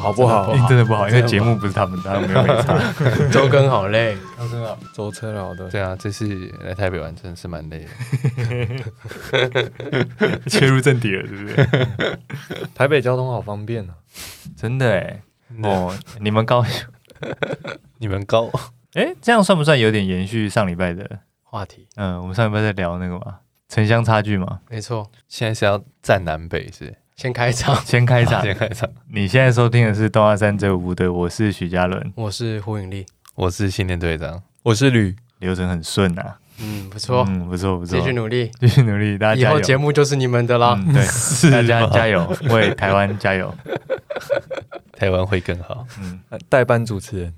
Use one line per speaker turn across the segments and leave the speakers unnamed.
好不好？
真的不好，因为
哎真的
节
不好
目不是他们的，他们没有没差。
周更好累，周更好，
舟车劳顿。
对啊，这次来台北玩真的是蛮累的。
切入正题了，是不是？
台北交通好方便啊。
真的哎， 哦，你们高 雄，
你们高
哎，这样算不算有点延续上礼拜的？
话题
嗯，我们上礼拜在聊那个嘛，城乡差距嘛，
没错，
现在是要站南北是？
先开场。
先开
啊
场。
先开场，
你现在收听的是《东华三这五部队》，我是许嘉伦，
我是胡颖丽，
我是新年队长，
我是吕。
流程很顺啊，
嗯，不错，
嗯，不错不错，
继续努力，
继续努力，大家
以
加油
后节目就是你们的啦。
嗯， 对，大家加油，为台湾加油，
台湾会更好，
嗯，
呃代班主持人，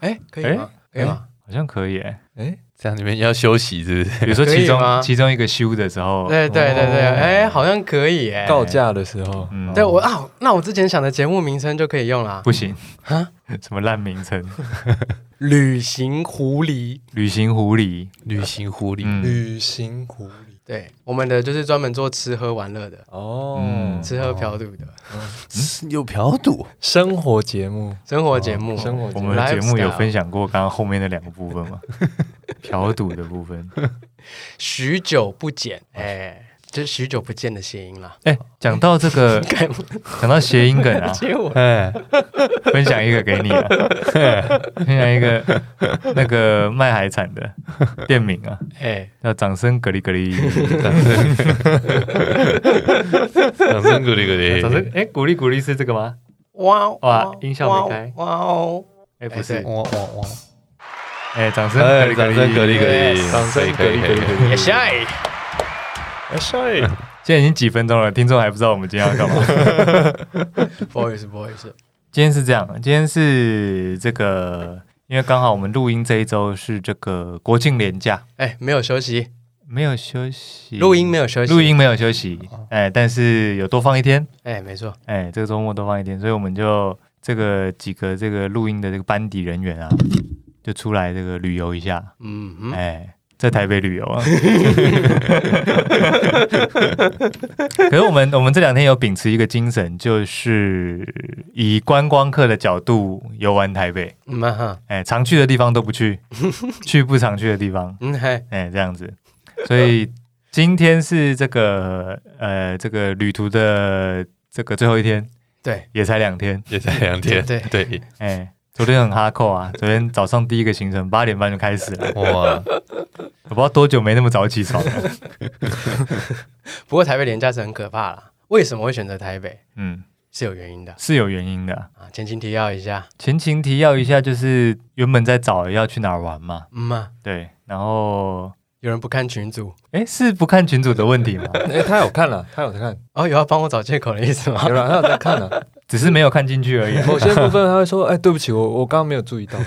哎，可以吗？可以吗？
好像可以诶。
哎，
这样你们要休息是不是？
比如说
可以
其中
吗
其中一个休的时候，
对对对对，
哦
哎，好像可以哎。
告假的时候，
嗯，
对我啊，那我之前想的节目名称就可以用啦。
不行
啊，
什么烂名称，
旅行狐狸，
旅行狐狸，
旅行狐狸，
嗯
旅行狐狸
对，我们的就是专门做吃喝玩乐的，
哦
嗯，
吃喝嫖赌的
有嫖赌，
生活节目，
生活节目。
生活节
我
目
们哦的节目有
Lifestyle
分享过刚刚后面的两个部 分吗？嫖赌的部分，
许久不见，哎，就是许久不见的谐 音啦。
哎，讲到这个，
干
讲到谐音梗 啊，
接我
哎，
分享一个给你啊，分享一个那个卖海产的店名啊，
哎，
叫掌声格里格里，
掌声鼓励鼓 励，
掌声哎，鼓励鼓励是这个吗？
哇
哇音效没开
哇哦，
哎，不是
哎，
哇哇哇！
哎，掌声格
哎，
里格
掌
里，
声鼓励鼓励，
掌声
可以可以可以可以。
也下一
哎，帅，
现在已经几分钟了，听众还不知道我们今天要干嘛。
不好意思，不好意思，
今天是这样，今天是这个，因为刚好我们录音这一周是这个国庆连假，
哎，没有休息，
没有休息，
录音没有休
嗯
息，哦
录，音没有休息，哎，但是有多放一天，
哎，没错，
哎，这个周末多放一天，所以我们就这个几个这个录音的这个班底人员啊，就出来这个旅游一下，
嗯哼，
哎，在台北旅游 啊。可是我们我们这两天有秉持一个精神，就是以观光客的角度游玩台北，
嗯嘛哈，
哎，常去的地方都不去，去不常去的地方，
嗯嘿，
哎，这样子，所以今天是这个呃这个旅途的这个最后一天，
对，
也才两天，
也才两天，
对
对，
哎，昨天很哈扣啊，昨天早上第一个行程八点半就开始了，
哇，
我不知道多久没那么早起床了，
不过台北廉价是很可怕啦，为什么会选择台北
嗯，
是有原因的
是有原因的。
啊，前情提要一下，
前情提要一下，就是原本在找要去哪儿玩嘛，
嗯嘛，
对，然后
有人不看群组，
哎是不看群主的问题吗？
哎，他有看了，他有在看，
哦，有要帮我找借口的意 思吗？
有了，他有在看 了。
只是没有看进去而已啊。
某些部分他会说，哎，对不起，我我刚刚没有注 意到。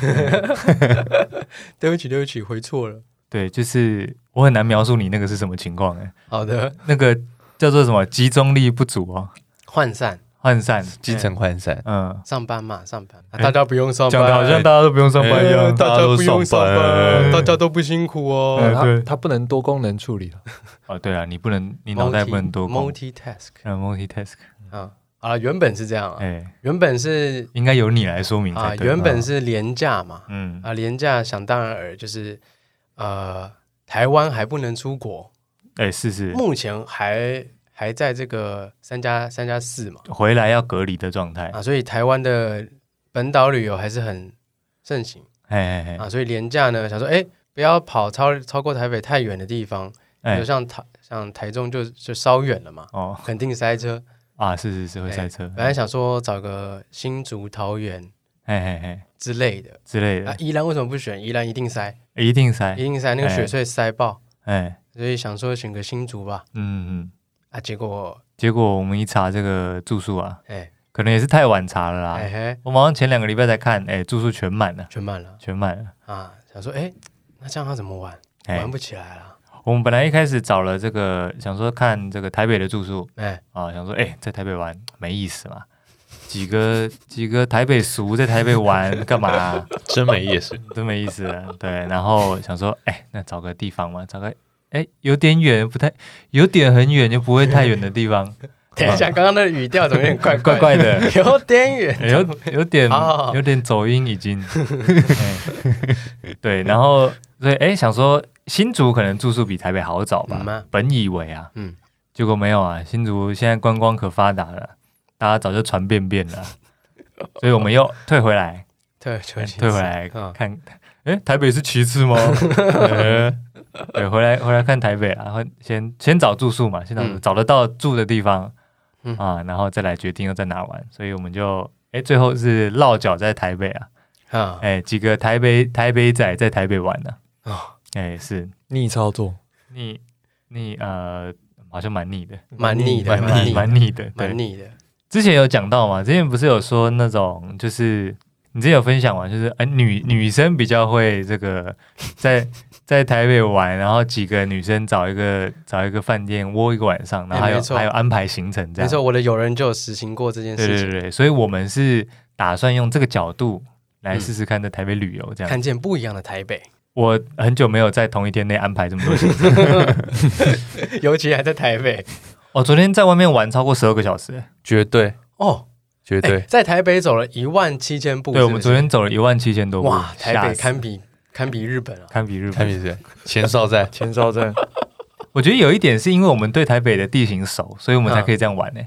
对不起，对不起，回错了。
对，就是我很难描述你那个是什么情况哎、
好的，
那个叫做什么集中力不足哦，
涣散，
涣散，
精神涣散，
嗯，
上班嘛，上班，啊
哎
大家不用上班，
讲的好像大家都不用上班嗯一
哎
样。
大家不用上
大家都
班，
上班
大家都不辛苦
哎
哦。
他
对
他不能多功能处理了，
哦，对啊，你不能，你脑袋不能多工，
multitask
嗯，multitask，
啊。好了，原本是这样啊，
哎，
原本是
应该由你来说明
啊，
才对。哦
原本是廉价嘛，
嗯，
啊，廉价想当然尔就是，呃，台湾还不能出国，
哎，是是，
目前还还在这个三加三加四嘛，
回来要隔离的状态，
啊，所以台湾的本岛旅游还是很盛行
哎哎
啊，所以廉价呢，想说，哎，不要跑超超过台北太远的地方，比
哎
如
哎，
像台像台中就就稍远了嘛，
哦
肯定塞车。
啊，是是是会塞车，
本来
哎
想说找个新竹、桃园
哎哎
之类的，
之类
啊
的，，
宜兰为什么不选？宜兰一定塞，
一定
一
塞，
定塞，那个
哎
雪隧塞爆，
哎，
所以想说选个新竹吧，
嗯嗯。
啊，结果
结果我们一查这个住宿啊，
哎
可能也是太晚查了啦
哎。嘿，
我马上前两个礼拜才看，哎，住宿全满了，
全满了
全满了。
啊，想说哎，那这样要怎么玩？
哎
玩不起来了，
我们本来一开始找了这个，想说看这个台北的住宿
哎，
啊，想说哎、在台北玩没意思嘛，几个 几个台北俗在台北玩干嘛、
真没意思，
真没意思啊。对，然后想说哎、那找个地方嘛，找个哎、有点远，不太有点很远就不会太远的地方，
等一下，刚刚 那语调怎么有点怪
怪
怪
怪的，
有点远。
有有点
哦
有点走音已 经。哎对，然后所以哎，想说新竹可能住宿比台北好找吧
嗯啊？
本以为啊，
嗯，
结果没有啊，新竹现在观光可发达了，大家早就传便便了，所以我们又退回来，
对，求其
哎退回来
嗯
看，哎，台北是其次 吗？哎对，回来回来看台北啊，会先先找住宿嘛，先找、
嗯
找得到住的地方、
嗯
啊，然后再来决定要在哪玩，所以我们就。哎，最后是落脚在台北啊！
啊，
哎，几个台北台北仔在台北玩呢、
哦，
哎，是
逆操作，，
你你呃，好像蛮腻的，
蛮腻的，
蛮
腻，
蛮腻的，对
蛮，腻的。
之前有讲到嘛，之前不是有说那种就是你之前有分享完，就是哎、呃女女生比较会这个在 在台北玩，然后几个女生找一个找一个饭店窝一个晚上，然后还
哎
有、
没错
还有安排行程这
没
样。
错，我的友人就有实行过这件
对
事
对
情，
对对，所以我们是打算用这个角度来试试看在台北旅游这样。
看见不一样的台北，
我很久没有在同一天内安排这么多行程，
尤其还在台北
我、哦昨天在外面玩超过十二个小时。
绝对
哦。
绝
哎
对，
在台北走了一万七千步，
对，
是
我
不
们
哦是
昨天走了一万七千多步，
哇，台
吓
北
死
堪比堪比日本啊，
堪比日
台
本，
北是前哨站
前哨站
我觉得有一点是因为我们对台北的地形熟，所以我们才可以这样玩呢、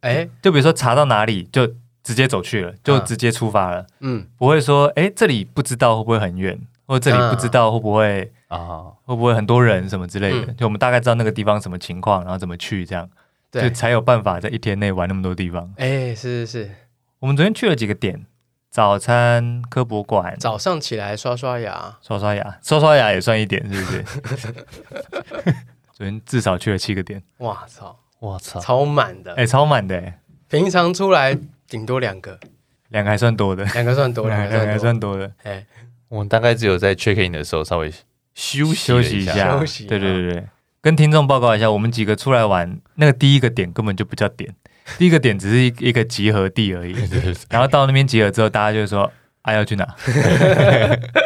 哎，
就比如说查到哪里就直接走去了，就直接出发了，
嗯，
不会说哎、诶这里不知道会不会很远，或者这里不知道会不会、
啊，
会不会很多人什么之类的。
嗯
就我们大概知道那个地方什么情况，然后怎么去，这样就
对，
才有办法在一天内玩那么多地方。
哎，是是是，
我们昨天去了几个点，早餐、科博馆、
早上起来刷刷牙，
刷刷牙，刷刷牙也算一点，是不是？ 昨天至少去了七个点，
哇操，
我操，
超满的
哎、，超满的、诶
平常出来顶多两个，
两个还算多的。
两个算多，两
两个
个
还
算多，
算多的，
哎，
我们大概只有在 check in 的时候稍微休息啊
休
了
息一
下，
下，
休息一下
对对对对，跟听众报告一下，我们几个出来玩，那个第一个点根本就不叫点，第一个点只是一一个集合地而已。
对对对
然后到那边集合之后，大家就会说：“啊，要去哪？”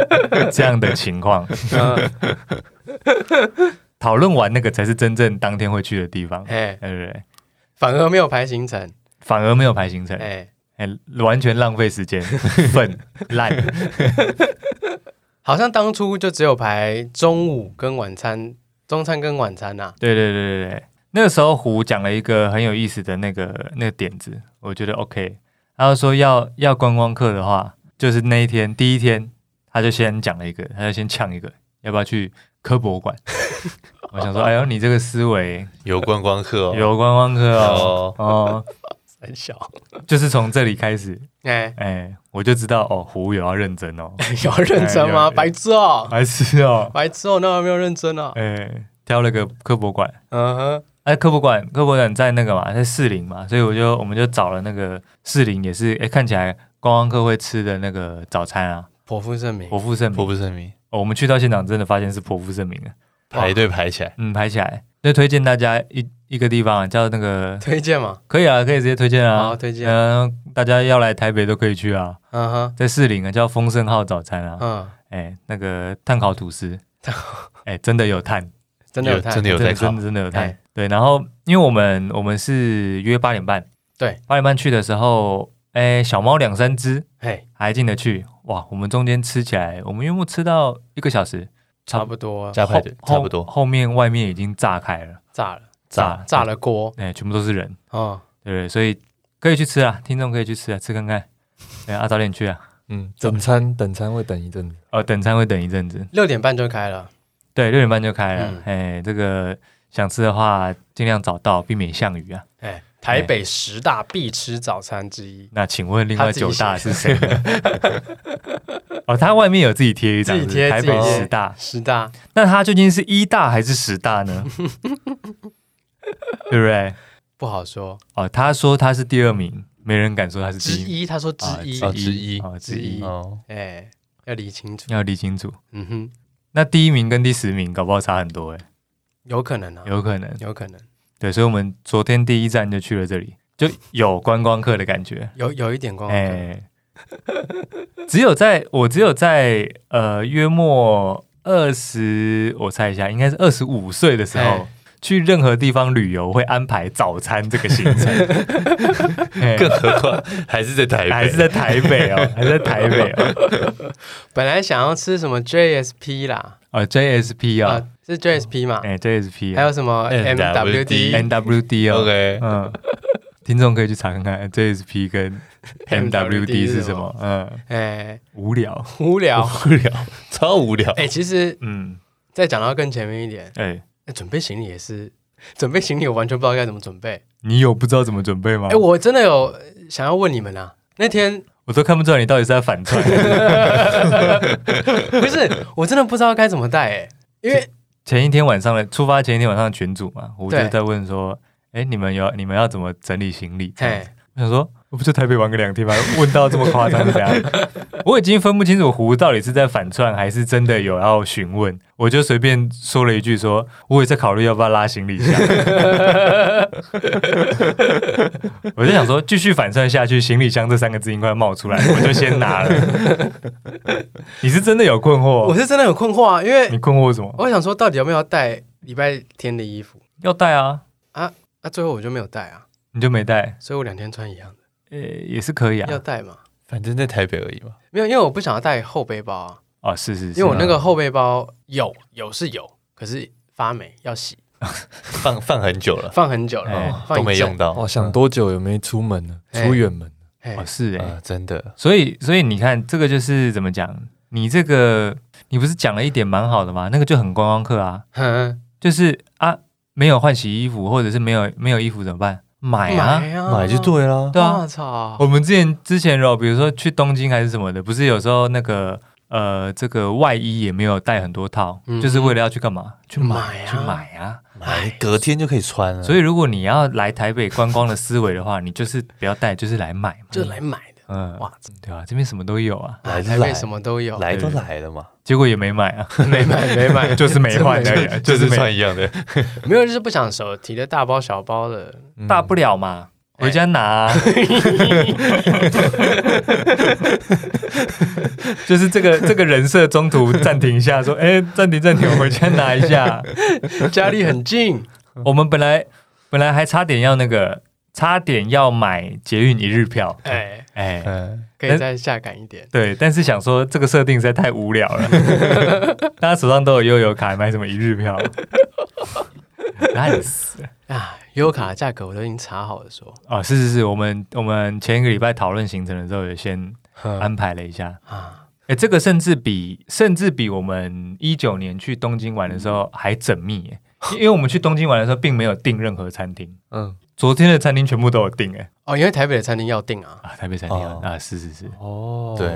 这样的情况，
嗯
讨论完那个才是真正当天会去的地方。对
哎，
对对，
反而没有排行程，
反而没有排行程，
哎。
哎，完全浪费时间， 笨烂。
好像当初就只有排中午跟晚餐，中餐跟晚餐呐、啊
对对对对对，那个时候胡讲了一个很有意思的那个那个点子，我觉得 OK。他就说要要观光客的话，就是那一天第一天，他就先讲了一个，他就先呛一个，要不要去科博馆？ 我想说，哎呦，你这个思维
有观光客哦，
有观光客哦。
哦，
哦，
很小。
就是从这里开始，
哎、
哎，我就知道哦，胡有要认真哦，
有认真
哎
吗？
有
白痴哦、
白痴哦，
白痴哦、那有没有认真哦、
哎，挑了个科博馆，
嗯哼，
哎，科博馆，科博馆在那个嘛，在士林嘛，所以我就我们就找了那个士林，也是哎看起来观光客会吃的那个早餐啊，
颇负盛名
颇。负盛
颇
名。
不盛名，
哦我们去到现场真的发现是颇负盛名的，
排队排起来，
嗯，排起来。那推荐大家一一个地方啊、叫那个，
推荐嘛？
可以啊，可以直接推荐啊，
好推荐
嗯、大家要来台北都可以去啊，
嗯哼，
在士林啊叫丰盛号早餐啊，
嗯，
哎、那个碳烤吐司，哎、真的有碳，
真的有
有
太
真的有
真
在
的
考
真的，真的有
哎
看。对，然后因为我们我们是约八点半，
对，
八点半去的时候，哎，小猫两三只
嘿，
还进得去，哇！我们中间吃起来，我们约莫吃到一个小时，
差不多
加排队
后
差不多
后后面外面已经炸开了，
炸了，
炸
炸，了锅
哎，全部都是人，
哦。
对不对？所以可以去吃啊，听众可以去吃啊，吃看看。哎，啊，早点去啊，
嗯，等餐等餐会等一阵子，
呃，等餐会等一阵子，
六点半就开了，
对，六点半就开了
嗯，
哎，这个想吃的话尽量早到，避免项羽啊。
哎、台北十大必吃早餐之一，
那请问另外
他自己
九大是谁呢？ 哦，他外面有自己贴一张
自己贴
台
自己
北
贴
十大，
十大
那他究竟是一大还是十大 呢？对不对？
不好说，
哦，他说他是第二名，没人敢说他是
之
第一
一，他说之
啊
一，
哦
哎、
之一
哦，之
之一
一，
哦，
要理清楚。
要理清楚。
嗯哼，
那第一名跟第十名搞不好差很多哎，
有可能啊，
有可能。
有可能。
对，所以我们昨天第一站就去了这里，就有观光客的感觉。
有有一点光，哎、
哎、只有在我只有在呃约莫二十，我猜一下，应该是二十五岁的时候
哎
去任何地方旅游会安排早餐这个行 程，嘿
更何况还是在台北，
还是在台北 哦，还是在台北哦，
本来想要吃什么 JSP 啦，
哦 JSP
啊
哦，，
是 JSP 嘛，
哎 JSP，
还有什么 MWD
MWD
NWD 哦，
OK，
嗯，听众可以去查看看 JSP 跟 MWD 是
是
什
什
么
么，
嗯，
哎，
无聊，
无聊。
无聊，超无聊。
哎，其实
嗯，
再讲到更前面一点，
哎，
哎准备行李也是，准备行李我完全不知道该怎么准备。
你有不知道怎么准备吗？
哎，我真的有想要问你们啊，那天
我都看不出来你到底是在反 串。
不是我真的不知道该怎么带哎，因为
前一天晚上的出发前一天晚上的群组嘛，我就
对
在问说，哎、你们有你们要怎么整理行李？
嘿
我想说，我不就台北玩个两天吗？问到这么夸张的这样， 我已经分不清楚胡到底是在反串还是真的有要询问，我就随便说了一句说，我也在考虑要不要拉行李 箱。我就想说，继续反串下去，行李箱这三个字应该冒出来，我就先拿了。 你是真的有困惑哦
我？是真的很困惑啊，因 为
你困惑什么？
我想说到底有没有要带礼拜天的衣服，
要带啊，
那最后我就没有带啊，
你就没带，
所以我两天穿一样的，
呃，也是可以
要
啊。
带嘛。
反正在台北而已嘛。
没有，因为我不想要带后背包啊，
哦，是是是，
因为我那个后背包有有是有，可是发霉要洗，
放放很久了，
放很久了，哦
哎
放
都没用
到。
到啊
哇，哦想多久也没出门了，
哎
出远门了，
嘿
哦是哎、
啊，真的。
所以所以你看这个就是怎么讲？你这个你不是讲了一点蛮好的吗？那个就很观光客啊，
哼
就是啊没有换洗衣服或者是没有没有衣服怎么办？买啊，
买啊，
买就。对啦，
对啊
我。操！
我们之前之前哦，比如说去东京还是什么的，不是有时候那个呃这个外衣也没有带很多套，
嗯
就是为了要去干嘛？去买
买啊
去买啊。
买隔天就可以穿了。
所
以
以如果你要来台北观光的思维的话，你就是不要带，就是来买嘛。
就来买的，
嗯，
哇
对啊，这边什么都有啊，
来就
台
来
北，什么都有，
来都来了嘛，
结果也没买啊，
没买没买，
就是没换而已 啊， 就是没
一样的。
没有就是不想手提的大包小包的，
嗯
大不了嘛，
哎
回家拿啊。 就是这个这个人设中途暂停一下，说：“哎，暂停暂停，我回家拿一 下。
家里很近，”
我们本来本来还差点要那个，差点要买捷运一日票，
哎，
哎，
嗯，
可以再下赶一点。
对，但是想说这个设定实在太无聊了，大家手上都有悠游卡，买什么一日票？烂死了
啊，优卡的价格我都已经查好了，说
哦，是是是，我们我们前一个礼拜讨论行程的时候，也先
哼
嗯
安排了一下。
啊，
哎，这个甚至比甚至比我们一九年去东京玩的时候还缜密耶，因因为我们去东京玩的时候并没有订任何餐厅，
嗯，
昨天的餐厅全部都有订哎
哦，因为台北的餐厅要订啊，
啊，台北餐厅啊
哦
啊，是是是，
哦，
对，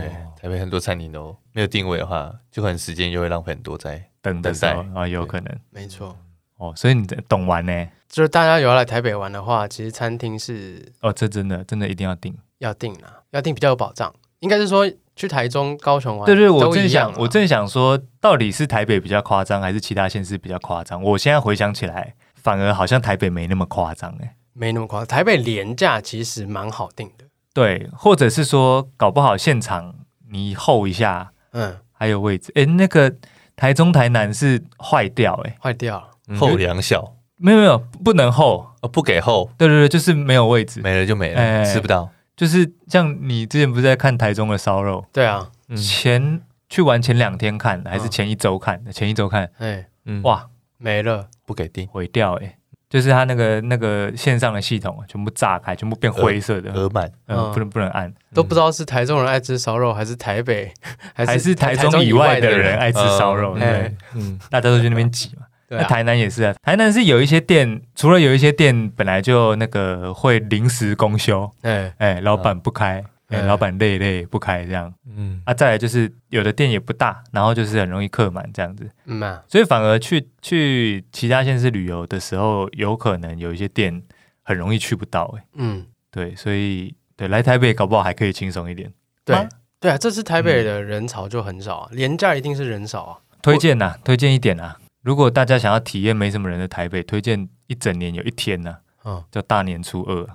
台北很多餐厅都没有定位的话，就可能时间就会浪费很多在。
等的时候
等
啊，有可能
没错。
哦，所以你懂玩呢？
就是大家有要来台北玩的话，其实餐厅是
哦，这真的真的一定要订。
要订啦，要订比较有保障。应该是说去台中、高雄玩，
对对，我
都
正
一样啊
想
啦，
我正想说，到底是台北比较夸张，还是其他县市比较夸张？我现在回想起来，反而好像台北没那么夸张哎。
没那么夸张。台北廉价其实蛮好订的，
对，或者是说，搞不好现场你候一下
嗯，
还有位置。哎，那个台中、台南是坏掉哎，
坏掉了，
后两小
没有没有，不能候。
哦，不给后
对对对，就是没有位置，
没了就没
哎
了，吃不到。
就是像你之前不是在看台中的烧肉，
对啊，
嗯
前去玩前两天看，还是
嗯
前一周看？前一周看，
哎，
嗯，
哇，
没了，
不给定，
毁掉哎、欸，就是他那个那个线上的系统啊全部炸开，全部变灰色的，
额满
嗯，
嗯
不能不能按，
都不知道是台中人爱吃烧肉，还是台北， 还是
还是台
台
中以外
外
的人
人。
爱吃烧肉，对
嗯
不
哎
对，
嗯，
大家都去那边挤嘛。
对
那
啊，
台南也是啊，台南是有一些店，除了有一些店本来就那个会临时公休，
哎，
哎，老板不开，哎，
嗯
老板累累不开这样
嗯，
啊。再来就是有的店也不大，然后就是很容易客满这样子，
嗯嘛，
所以反而去去其他县市旅游的时候，有可能有一些店很容易去不到哎。
嗯，
对，所以对来台北搞不好还可以轻松一点。
对
吗
对啊，这次台北的人潮就很少啊，廉价一定是人少啊。
推荐呐、推荐一点呐、如果大家想要体验没什么人的台北，推荐一整年有一天呢、
嗯，
叫大年初二。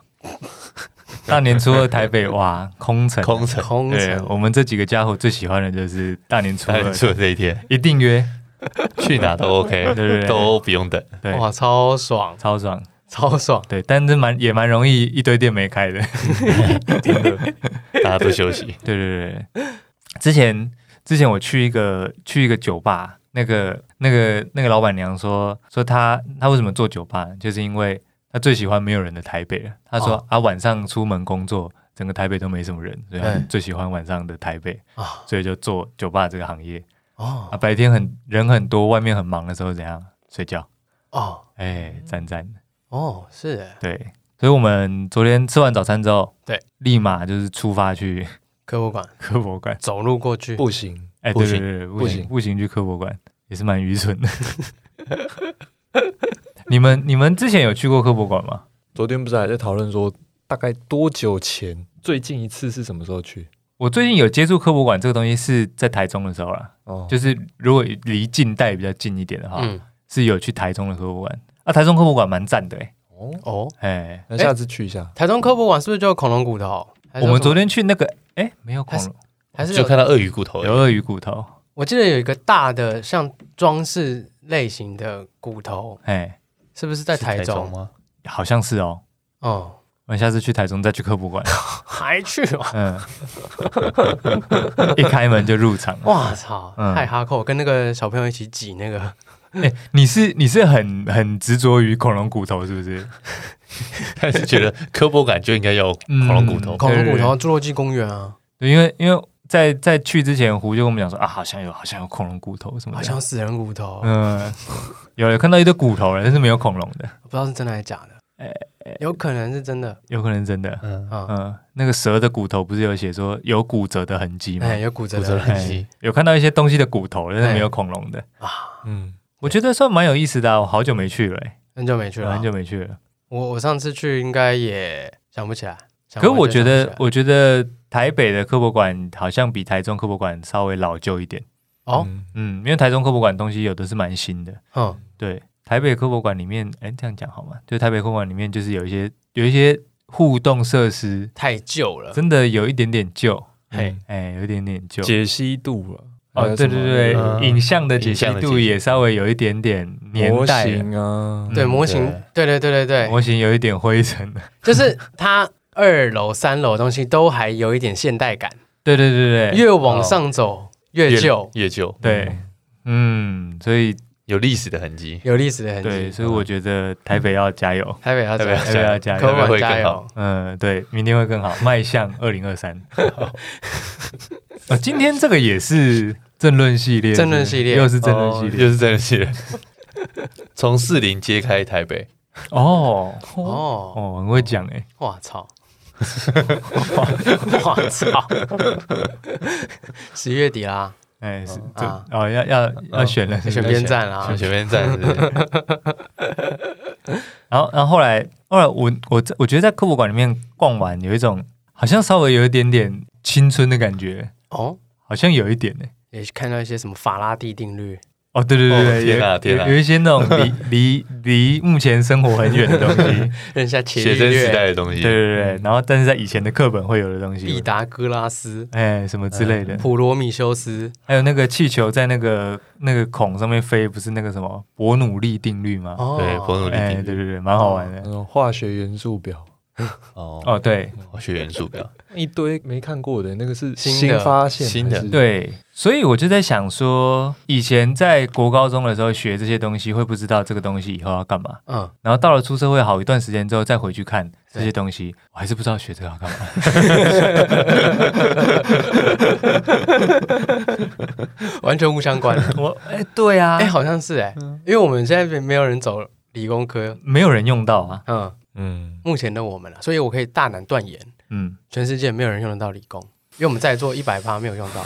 大年初二台北哇，空城啊、
空 城，
空
对
城啊
我们这几个家伙最喜欢的就是大年初
他
二，
就这一天，
一定约，
去哪都 OK，
对对对
都不用等。
对
哇，超爽，
超爽。
超爽，
对，但是蛮也蛮容易一堆店没开的。
真的，大家都休 息。
对对对对，之前之前我去一个去一个酒吧，那个那个那个老板娘说说她她为什么做酒吧，就是因为她最喜欢没有人的台北了。她说、
哦
啊晚上出门工作，整个台北都没什么人，所以她
嗯
最喜欢晚上的台北
啊
所以就做酒吧这个行业
哦
啊。白天很人很多，外面很忙的时候怎样睡觉？
哦
哎，赞赞的。
哦，是耶
对，所以我们昨天吃完早餐之后，
对，
立马就是出发去
科博馆
科博馆。
走路过去，
不行，
哎，
步
对对
行
对，
步
不行
行
不行，去科博馆也是蛮愚蠢 的。你们你们之前有去过科博馆吗？
昨天不是还在讨论说大概多久前最近一次是什么时候去？
我最近有接触科博馆这个东西是在台中的时候啦，
哦，
就是如果离近代比较近一点的话，
嗯
是有去台中的科博馆啊。台中科博馆蛮赞的哎、
哦，
哦，
哎，
那下次去一下。
台中科博馆是不是就有恐龙骨头？还是
我们
有什么
昨天去那个哎、没有恐
还是
龙，
还是
就
有
看到鳄鱼骨头而已，
有鳄鱼骨头，
我记得有一个大的像装饰类型的骨头，
哎，
是不是在
是
台中？
吗？
好像是哦。
哦，
我们下次去台中再去科博馆，
还去哦，
嗯，一开门就入场。
哇操，
嗯
太哈扣，跟那个小朋友一起挤那个，
哎、你是你是很很执着于恐龙骨头是不是？
但是觉得科博感就应该要恐龙骨头
嗯，
恐龙骨
对对
头、侏罗纪公园啊，
对，因为因为在在去之前，胡就跟我们讲说啊，好像有好像有恐龙骨头什么的，
好像死人骨头，
嗯，有有看到一堆骨头了，但是没有恐龙的，
不知道是真的还是假
哎
的，有可能是真的
有可能真的。
嗯，
啊，
嗯，那个蛇的骨头不是有写说有骨折的痕迹吗？哎
哎，有骨折
骨折
的，哎
痕迹，
有看到一些东西的骨头，但是没有恐龙的。
嗯，
我觉得算蛮有意思的啊、我好久没去了、哎
很久没去了
很，久没去了。
我我上次去应该也想不起来，想
可是
完
我
全
觉
想不
得
起，来
我觉得台北的科博馆好像比台中科博馆稍微老旧一点。
哦
嗯，
嗯，因为台中科博馆东西有的是蛮新的，
嗯，
对，台北科博馆里面，哎，这样讲好吗？就台北科博馆里面，就是有一些有一些互动设施，
太旧了，
真的有一点点旧，
嘿，
嗯
哎，有一点点旧。
解析度了。还
哦，
有
对
什么
对对，
嗯
影像的解析
影像的解
度
析
也稍微有一点点年
模
代了，
型啊，
对
嗯
模型，对对对对对，
模型有一点灰尘了。
就是它二楼、三楼的东西都还有一点现代感，
对对对对
越往上走越旧，
越旧，
对，嗯，所以
有历史的痕迹，
有历史的痕
对，
迹。
所以我觉得台北要加油，
台北要
台
加
台北要加
北
油，
油
加油，台
科
北
幻
会
加
更好
油，
嗯，对，明天会更好，迈向二零二三。啊，今天这个也是政论系列，
政论系列
又是政论系
哦
列，
又是真的是从四零揭开台北，
哦哦
哦！
哦，很会讲哎，
哇操！哇哇操！十一月底啦，
哎是
嗯
这
啊
哦要要要选了，
选边站啦
从，前面站啊是不 是
然后然后后来后来我我在我觉得在科博馆里面逛完，有一种好像稍微有一点点青春的感觉，
哦，
好像有一点哎。
也看到一些什么法拉第定律，
哦，对对对对，
哦天哪
有
天哪
有有一些那种离离离目前生活很远的东西，
认识下伽
学
利
生时
略、
代的东西
对对，对，对然后但是在以前的课本会有的东
毕
西，
达哥拉斯、
哎，什么之类的，
普罗米修斯，
还有那个气球在那个那个孔上面飞，不是那个什么伯努利定律吗？
哦，
对，伯努利
哎，
定
对
律
对对，蛮好玩
那
的。
种嗯化学元素表，
哦，
哦，对
化学元素表，
一堆没看过的那个是
新的
新发现，
新的
还是，
对，所以我就在想说，以前在国高中的时候学这些东西，会不知道这个东西以后要干嘛。
嗯，
然后到了出社会好一段时间之后，再回去看这些东西，我还是不知道学这个要干嘛。
完全无相关。
我哎，对啊
哎，，好像是哎，因为我们现在没有人走理工科，
没有人用到啊。
嗯，
嗯，
目前的我们了，啊所以我可以大胆断言，
嗯，
全世界没有人用得到理工，因为我们在座一百趴没有用到。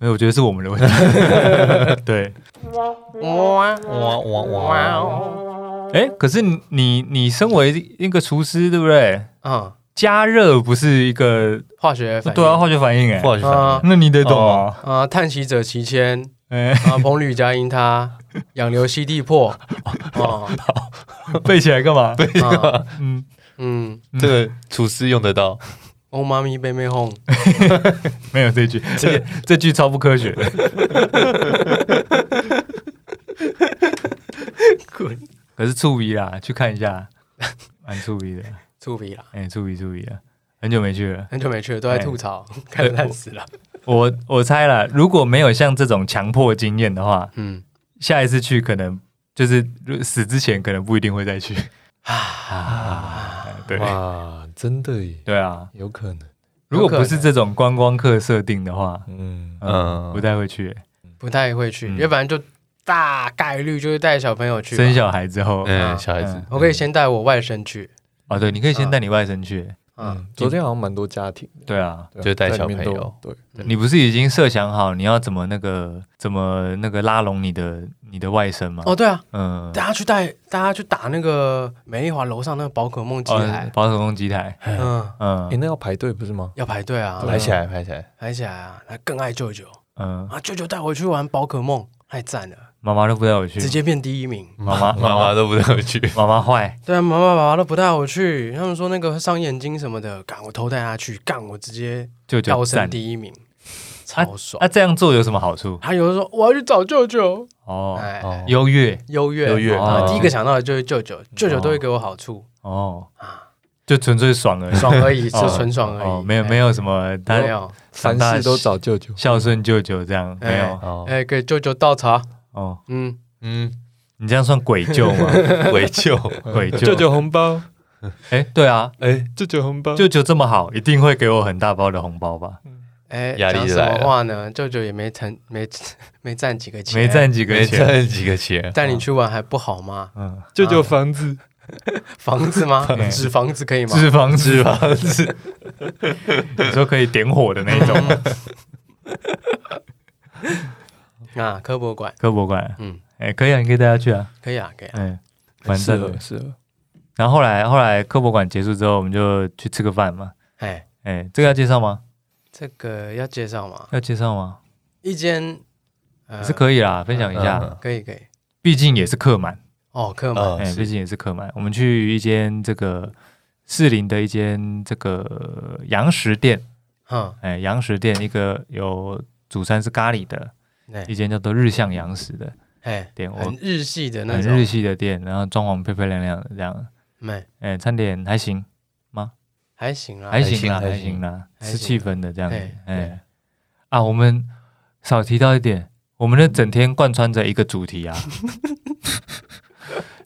没有，我觉得是我们的问题。对，
哇
哇哇
哇
哇，
哦，
哎，可是你你你身为一个厨师，对不对？
嗯，
加热不是一个
化学反应
对啊，化学反应哎、
化学反
那你得懂哦。
啊，叹息者其谦
哎、
啊，彭吕佳音他养牛吸地破哦，
背起来干嘛？
啊
嗯，
嗯，
应，这个厨师用得到，
哦，妈咪贝贝哄，
没有这句，这这句超不科学的。
滚，
可是触鼻啦，去看一下，蛮触鼻的。
触鼻啦，
哎、触鼻触鼻啊，很久没去了。
很久没去了，都在吐槽， 看得烂死了。
我我猜啦，如果没有像这种强迫经验的话，
嗯，
下一次去可能就是如死之前可能不一定会再去。啊， 对
哇，真的耶，
对啊，
有可能，
如果不是这种观光客设定的话，
嗯，
嗯，
嗯
不太会去、
不太会去，
嗯
要不然就大概率就是带小朋友去吧。
生小孩之后，
嗯，小孩子
嗯，
我可以先带我外甥去，
哦，对，你可以先带你外甥去。
嗯，
嗯，昨天好像蛮多家庭的，
对啊，
对啊
就带
在里
小
面
朋
都
友
对，
嗯
你不是已经设想好你要怎么那个怎么那个拉拢你的你的外甥吗？
哦，对啊，
嗯，
大家去带，大家去打那个美丽华楼上那个宝可梦机
哦
台，，
保守攻击台，
嗯，
嗯
哎，那要排队不是吗？
要排队啊，
拍起来，拍起来，
排起来啊，来更爱舅舅
嗯，
啊，舅舅带我去玩宝可梦，太赞了，
妈妈都不带我去，
直接变第一名。
妈妈
妈妈都不让我去，
妈妈坏，
对啊，妈妈爸爸都不带我去，他们说那个伤眼睛什么的，干我偷带他去，干我直接
舅舅
跳
赞啊
升。第一名，超爽
那、。这样做有什么好处？
他有的说我要去找舅舅，
哦，
哎，
哦，
优越
优越
优越
啊，
哦
第一个想到的就是舅舅，舅舅都会给我好处，
哦，就纯粹爽而已，
啊 爽而已，
哦
是纯爽而
哦，
已，
没有
哎
没有什么，他
没有，
长
凡
大
事都找舅舅，
孝顺舅舅这样
哎
没有
哦，
哎，给舅舅倒茶，
哦，
嗯，
嗯，
你这样算鬼舅 吗？
鬼舅，
鬼舅，
舅舅红包，
哎，对啊，
哎，舅舅红包，
舅舅这么好，一定会给我很大包的红包吧？
哎，
压力
讲什
来
么
了
话呢？舅舅也没成，没 没赚几个钱，
没赚几个
没
钱，
赚几个钱，嗯
带你去玩还不好吗？
嗯，
舅舅房子，
房 子吗
房？子
纸房子可以吗？
脂肪脂肪是， 你说可以点火的 那种
啊，科博馆
科博馆，
嗯
嗯，哎，可以啊，你可以带他去啊，
可以啊，可以啊，
哎，蛮
适
赞的
合。适合，
然后后来后来科博馆结束之后，我们就去吃个饭嘛。
哎，
哎，这个要介绍吗？
这个要介绍吗？
要介绍吗？
一间，呃
也是可以啦，分享一下
嗯，
可以可以，
毕竟也是客满，
哦，客满
嗯
哎，，
是
毕竟也是客满。我们去一间这个士林的一间这个洋食店，
嗯，
哎，洋食店一个有主餐是咖喱的，
哎
一间叫做日向洋食的
哎，
店，我
很日系的那
很日
种，
系的店，然后装潢漂漂亮亮的这样，
没
哎，餐点还行，
还行啦，
啊还行啦，
还行
还行啦，
还行
十七分的这样子
对，对
哎，啊，我们少提到一点，我们的整天贯穿着一个主 题啊。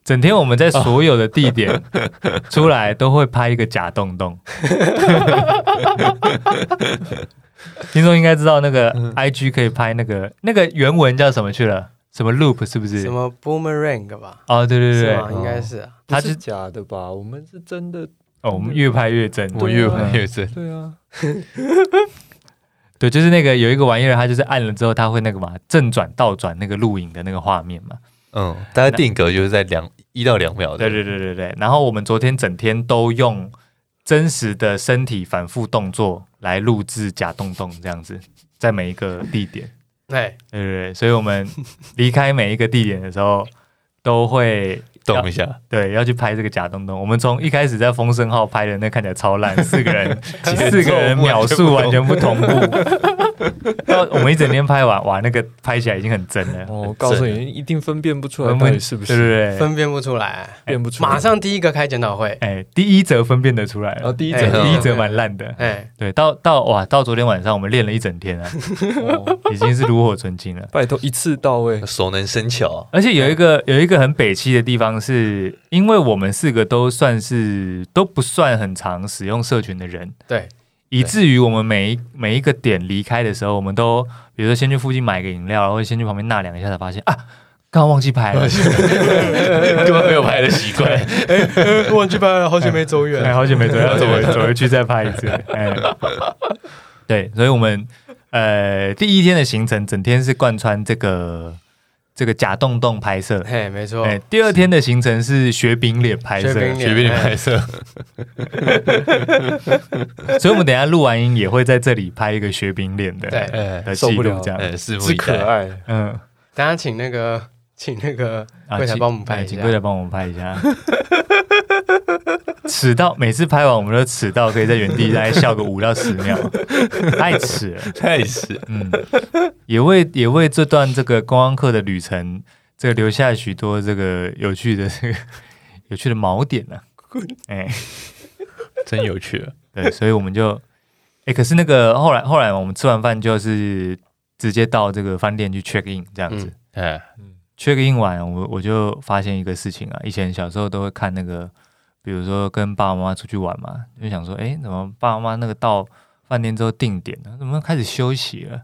整天我们在所有的地 点出来都会拍一个假洞洞，听众应该知道那个 I G 可以拍那个那个原文叫什么去了？什么 loop 是不是
什？么 boomerang 吧？
哦，对对
是
对，
吗？
哦
应该是啊，
他
他
就是
假的吧？我们是真的，
哦我们越拍越真，嗯
我
对啊
越玩越真，
对啊，
对，就是那个有一个玩意儿，它就是按了之后，它会那个嘛正转倒转那个录影的那个画面嘛。
嗯，大家定格就是在两一到两秒
对
的，
对对对对。然后我们昨天整天都用真实的身体反复动作来录制假洞洞这样子，在每一个地点。
哎，
对对对，所以我们离开每一个地点的时候，都会
动一下，
对要去拍这个假洞洞。我们从一开始在风声号拍的那看起来超烂，四 个人四个人秒数完全不同步。到我们一整天拍完，哇，那个拍起来已经很真了。
哦，告诉你，一定分辨不出来
分
到
辨
底是不
对
是，
对对，
分辨不出来，
辨不出来，
马上第一个开检讨会，
哎，第一则分辨得出来
然
了
后，哦第一
哎
则
哎
嗯
第一则蛮烂的。
哎，
对，到到哇，到昨天晚上我们练了一整天 啊，
哦
已经是炉火纯青了。
拜托一次到位，
熟能生 巧，
而且有一
嗯
个有一个很北七的地方是，因为我们四个都算是都不算很常使用社群的人，
对，
以至于我们每一每一个点离开的时候，我们都比如说先去附近买个饮料，然后先去旁边纳凉一下，才发现啊，刚刚忘记拍了，
根本没有拍的习惯，
呃忘记拍了，好久没 走
哎，
远，
好久没走，要走回走回去再拍一次。哎， 对，所以我们呃第一天的行程整天是贯穿这个这个假洞洞拍摄。
嘿，没错，
哎，第二天的行程是雪饼脸哎拍摄
雪，饼
随便你拍摄，
所以我们等一下录完音也会在这里拍一个雪饼脸的
对
哎
的
受
记
不
录
了，
这样。
哎，拭目
之
以
可
待，
爱，
嗯，
大家请那个， 请那个
啊
柜台
请
帮我们拍一
哎请
下
柜台帮我们拍一下。 迟到，每次拍完我们都迟到，可以在原地大概笑个五到十秒，太迟了。
太哎是
嗯，也为也为这段这个观光客的旅程，这个留下许多这个有趣的这个有趣的锚点呢、哎、
真有趣啊了。
对，所以我们就，哎、可是那个后来后来我们吃完饭就是直接到这个饭店去 check in 这样子、
嗯
哎，
check in 完，我我就发现一个事情啊，以前小时候都会看那个，比如说跟爸爸妈妈出去玩嘛，就想说，哎、怎么爸爸妈妈那个到饭店之后定点了，怎么开始休息 了？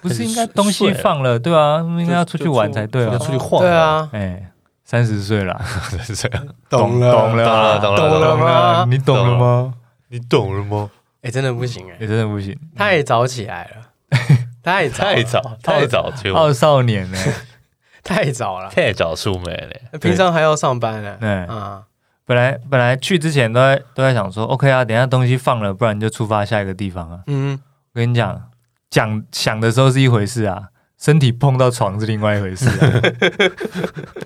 不是应该东西放了对啊，他们应该要出去玩才对啊
要。出去晃。
对，啊，
哎，三十岁了，
这样
懂了啊
懂了懂了
懂了吗
你懂了
哦
吗？
你懂了吗？
哎，真的不行哎
也、，真的不行，
太早起来 了，太早了
太早，啊
哦
太早哦出
傲少年呢、
太早了，
太早出 门了。
平常还要上班呢。
哎、
啊，
本来本来去之前都在都在想说，OK 啊，等一下东西放了，不然就出发下一个地方啊。
嗯，
我跟你讲，讲想的时候是一回事啊，身体碰到床是另外一回事、啊。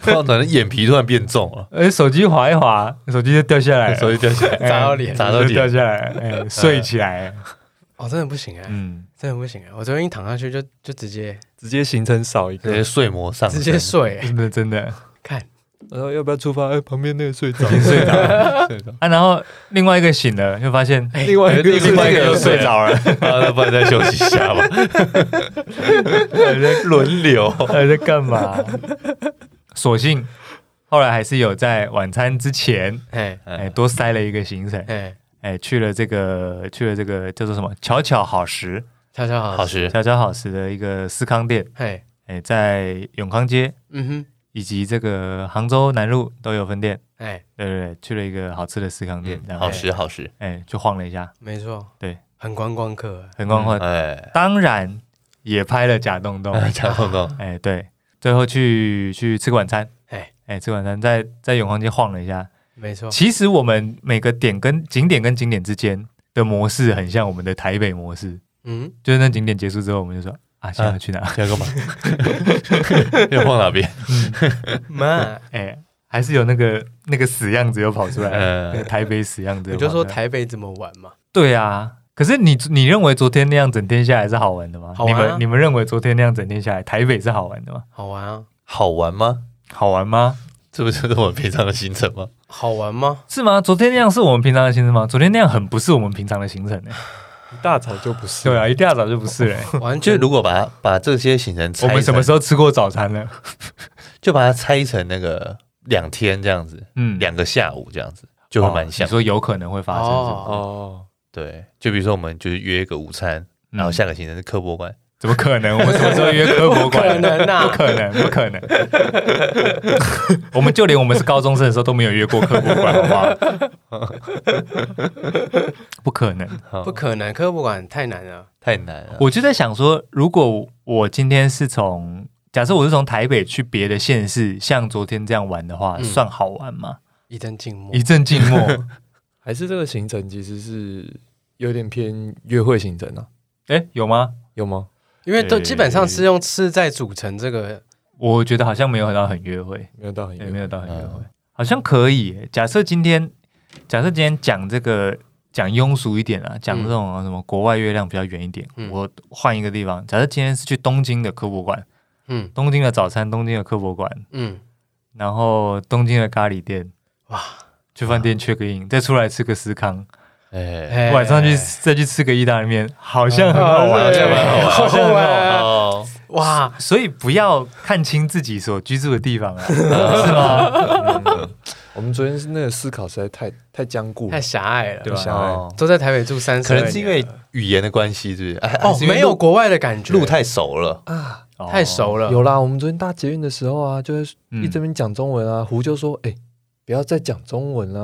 突然眼皮突然变重了，
而哎手机滑一滑，手机就掉下来了，哎
手机掉下来，
砸到脸，
砸到
就掉
脸，
下来了，哎、睡起来了，
哦，真的不行哎，
嗯，
真的不行哎，我昨天一躺下去就就直接
直接行程少一
直
个
接。睡魔上身，
直接睡哎，
嗯真的真的。
看
然后要不要出发？哎，旁边那个睡着
已，经睡着
了，睡着。
啊，然后另外一个醒了，就发现
另外一个
哎
是
另外一
那
个
个
又睡
着了，
啊，那不然再休息一下 吧。轮流，
哎在干嘛？索性后来还是有在晚餐之前，
哎
哎，
哎，
多塞了一个行程，
哎，
哎，去了这个去了这个叫做什么“巧巧好食
悄悄好
好，吃”，
巧巧好食的一个思康店，
哎，
哎，在永康街
嗯哼，
以及这个杭州南路都有分店，
哎，
对对对，去了一个好吃的思康店，然后
好吃好吃，
哎，就晃了一下，
没错，
对，
很观光客哎，
很光晃，
哎，
当然也拍了假洞洞，
贾彤彤，
哎，对，最后去去吃个晚餐，
哎
哎，哦吃晚餐在在永康街晃了一下。
没错，
其实我们每个点跟景点跟景点之间的模式很像我们的台北模式，
嗯，
就是那景点结束之后，我们就说啊，现在要去哪？
要干嘛？ 要晃哪边？
妈，
哎，还是有那个那个死样子又跑出来 了，那个
嗯，
台北死样子
你
又
就
跑出来了。
说台北怎么玩嘛？
对啊。可是你你认为昨天那样整天下来是好玩的吗？
好
你
玩啊
们你们认为昨天那样整天下来台北是好玩的吗？
好玩啊，
好玩吗？
好玩吗？
这不就是我们平常的行程吗？
好玩吗？
是吗？昨天那样是我们平常的行程吗？昨天那样很不是我们平常的行程 呢、
一大早就不是。
对啊，一大早就不是了、
完
就
全
如果把它把这些行程拆
我
成，
们什么时候吃过早餐呢？
就把它拆成那个两天这样子，
嗯
两个下午这样子，就会蛮
哦
像
你。说有可能会发生是吗，
哦
哦，
对，就比如说我们就是约一个午餐，
嗯
然后下个行程是科博馆，
怎么可能？我们什么时候约科博
不可
馆？
能啊
不可能，不可能！我们就连我们是高中生的时候都没有约过科博馆，好不好？ 不可能！
不可能，科博馆太难了。
太难啊了。
我就在想说，如果我今天是从假设我是从台北去别的县市，像昨天这样玩的话，
嗯哦
算好玩吗？
一阵静默
一，阵静默。
还是这个行程其实是有点偏约会行程啊？
哎，有吗？
有吗？
因为都
呃
基本上是用吃在组成这个，
我觉得好像没有到很约会。
没有到很
也
约
哎没
会。
有到很约会
嗯，
好像可以耶。假设今天，假设今天讲这个讲庸俗一点啊，讲这种什么国外月亮比较圆一点，
嗯
我换一个地方。假设今天是去东京的科博馆，
嗯
东京的早餐，东京的科博馆，
嗯，
然后东京的咖喱店，
哇，
去饭店 check in，再出来吃个司康，
哎，
哎
晚上去再去吃个意大利面，好像很好
嗯
玩，
好像蛮好玩
好像很好玩。
玩
哦，
哇，
所以不要看清自己所居住的地 方啊，是吗？
我们昨天是那个思考实在太太僵固了，
太狭隘
对
了，
吧？
想来
哦
都在台北住三十，
可能是因为语言的关系，是不是？哎
哦
还是因为
没有
路
国外的感觉，
路太熟了，
啊。
哦
太熟了，
有啦，我们昨天搭捷运的时候啊，就是
嗯
一直边讲中文啊，胡就说：“哎、不要再讲中文啦、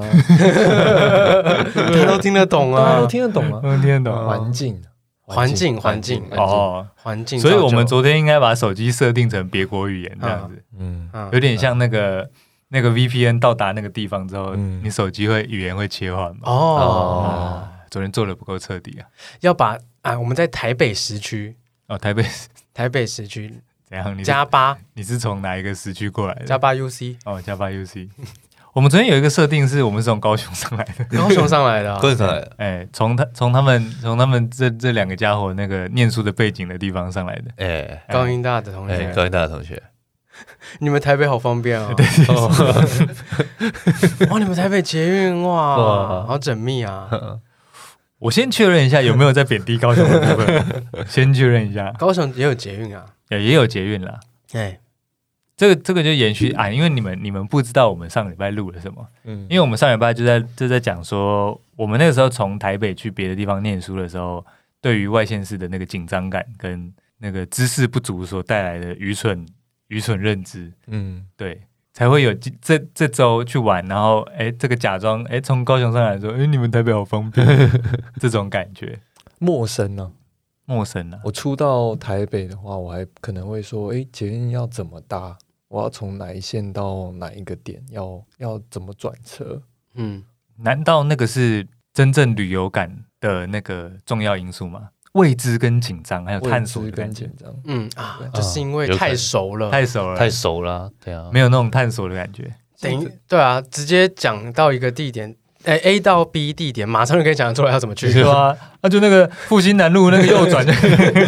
他都听得懂
大家
啊
都，听得懂啊。
嗯，听得懂。
环境，啊
环境环境
环
哦，
环境造
所
就，
以我们昨天应该把手机设定成别国语言这样子，
嗯，
嗯
有点像那个那个 VPN 到达那个地方之后，
啊嗯
你手机会语言会切换嘛？
哦，
哦，
啊，昨天做的不够彻底啊！
要把啊，我们在台北时区，
哦，台北
台北时区
怎样？你是
加八
你是从哪一个时区过来
加
的？
八 UC，
哦，加八 UC。 我们昨天有一个设定是我们是从高雄上来 的，
高雄上来的、 啊，
高雄上来的，
哎，从他从他们从他们这这两个家伙那个念书的背景的地方上来的，
哎
高音大的同学，
哎，高音大的同学，
你们台北好方便哦。 哇，你们台北捷运哇，
哇
好缜密啊！
我先确认一下有没有在贬低高雄的部分，先确认一下，
高雄也有捷运啊，
也也有捷运啦。
哎，
这个这个就延续啊，因为你们你们不知道我们上礼拜录了什么，
嗯
因，为我们上礼拜就在就在讲说，我们那个时候从台北去别的地方念书的时候，对于外县市的那个紧张感跟那个知识不足所带来的愚蠢愚蠢认知，
嗯，
对，才会有这这这周去玩，然后哎，这个假装哎从高雄上来说，哎你们台北好方便，这种感觉
陌生呢、
陌生啊，
我出到台北的话，我还可能会说，诶，捷运要怎么搭？我要从哪一线到哪一个点？要要怎么转车？
嗯，
难道那个是真正旅游感的那个重要因素吗？未知跟紧张，还有探索
未
的
知跟
感觉
紧，张。
嗯啊，
对
就是因为
有可能
太熟了，
太熟了，
太熟了，对啊，
没有那种探索的感 觉。
等于对啊，直接讲到一个地点，哎，A 到 B 地点，马上就可以讲得出来要怎么去。
对啊，那就那个复兴南路那个右转就，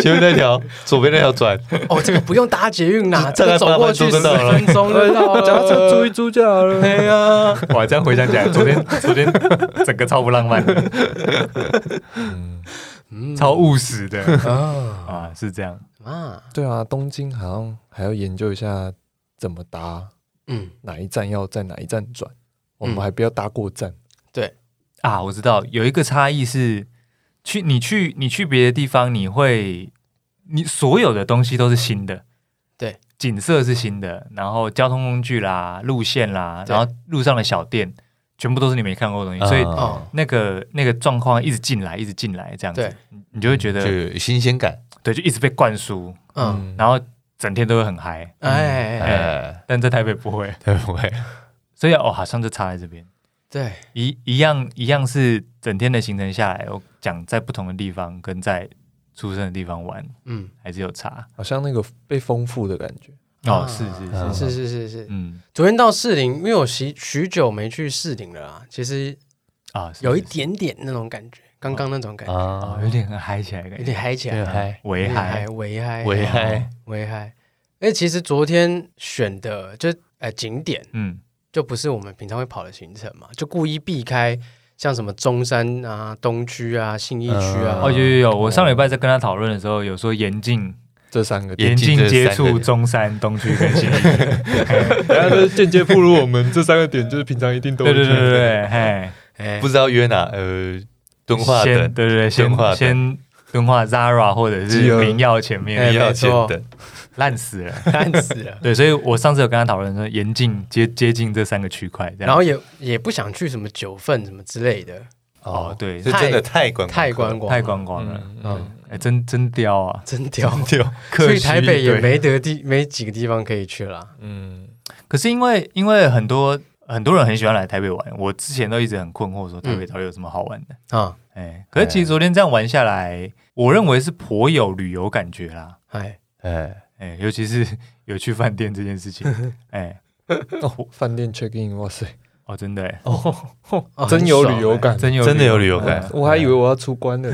前面那条，左边那条转，
哦，这个不用搭捷运啦，这
站
个
在
走过去十
八分钟就到了
分钟就到了，
脚踏车租一租就好了。
对啊，
哇，这样回想起来，昨 天昨天整个超不浪漫的，
嗯，
嗯
超务实的
啊
啊，是这样。
啊，
对啊，东京好像还要研究一下怎么搭，
嗯，
哪一站要在哪一站转。我们
嗯
还不要搭过站。
啊，我知道有一个差异是，去你去你去别的地方，你会你所有的东西都是新的，
对，
景色是新的，然后交通工具啦、路线啦，
对
然后路上的小店，全部都是你没看过的东西，所以
啊
那个那个状况一直进来，一直进来这样子
哦对，
你你就会觉
嗯就
得
有新鲜感，
对，就一直被灌输，
嗯，
然后整天都会很嗨，
哎哎哎，
哎，
但在台北不会，
对不会，
所以哦，好像就差在这边。
对，
一一样一样是整天的行程下来，我哦讲在不同的地方跟在出生的地方玩
嗯，
还是有差
好像那个被丰富的感觉。
啊
哦，是是
嗯
是，
是是是是，
嗯
昨天到士林，因为我许许久没去士林了啊，其实
啊，是
有一
是
点点那种感觉，刚刚那种感觉，
啊
啊，，有点嗨起来的感
有
觉，
点嗨起
对
来，
嗨，哎
微嗨，
微嗨，
危害，
微嗨。哎，其实昨天选的就呃景点，
嗯
就不是我们平常会跑的行程嘛，就故意避开像什么中山啊、东区啊、信义区啊，
哦有有有，我上礼拜在跟他讨论的时候有说严禁
这三个点，
严
严禁
禁
这
接
三个
触
点
中山东区跟新义，
大家都间接步入我们这三个点，就是平常一定都
对对对对对，嘿，
哎
不知道约哪，呃，敦化
先
等，
对对对，
敦化
先
的
先敦化 Zara 或者
饥
是
饿
明耀前
哎
面
你要
没
先
错
等，
烂死了。
烂死了。
对，啊所以我上次有跟他讨论说，严禁接接近这三个区块，这样。
然后也也不想去什么九份什么之类的，
哦，对，
是真的太观光客
太观光，
太观光了，
嗯，
嗯
嗯，
哎、真真刁啊！
真屌。
可
所以
惜
台北也
对
没得地，没几个地方可以去啦。
嗯，
可是因为因为很多很多人很喜欢来台北玩，我之前都一直很困惑，说台北到底有什么好玩的？
啊，
哎、可是其实昨天这样玩下来，我认为是颇有旅游感觉啦。
哎，
哎，
哎、尤其是有去饭店这件事情，哎、
哦，饭店 check in，哇塞，
哦，真的、哎
哦
真有旅游，感，
真有
真的有旅游
游
感，
我还以为我要出关了。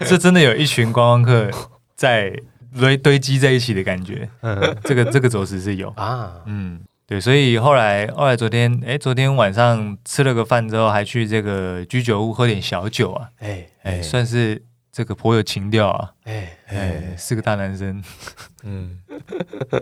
这真的有一群观光客在堆堆积在一起的感觉，
嗯，
这个这个着实是有
很。爽啊，
嗯，对，所以后来后来昨天，哎，昨天晚上吃了个饭之后，还去这个居酒屋喝点小酒啊，
哎
哎，
哎
算是这个颇有情调啊，
哎，
哎，是个大男生
嗯，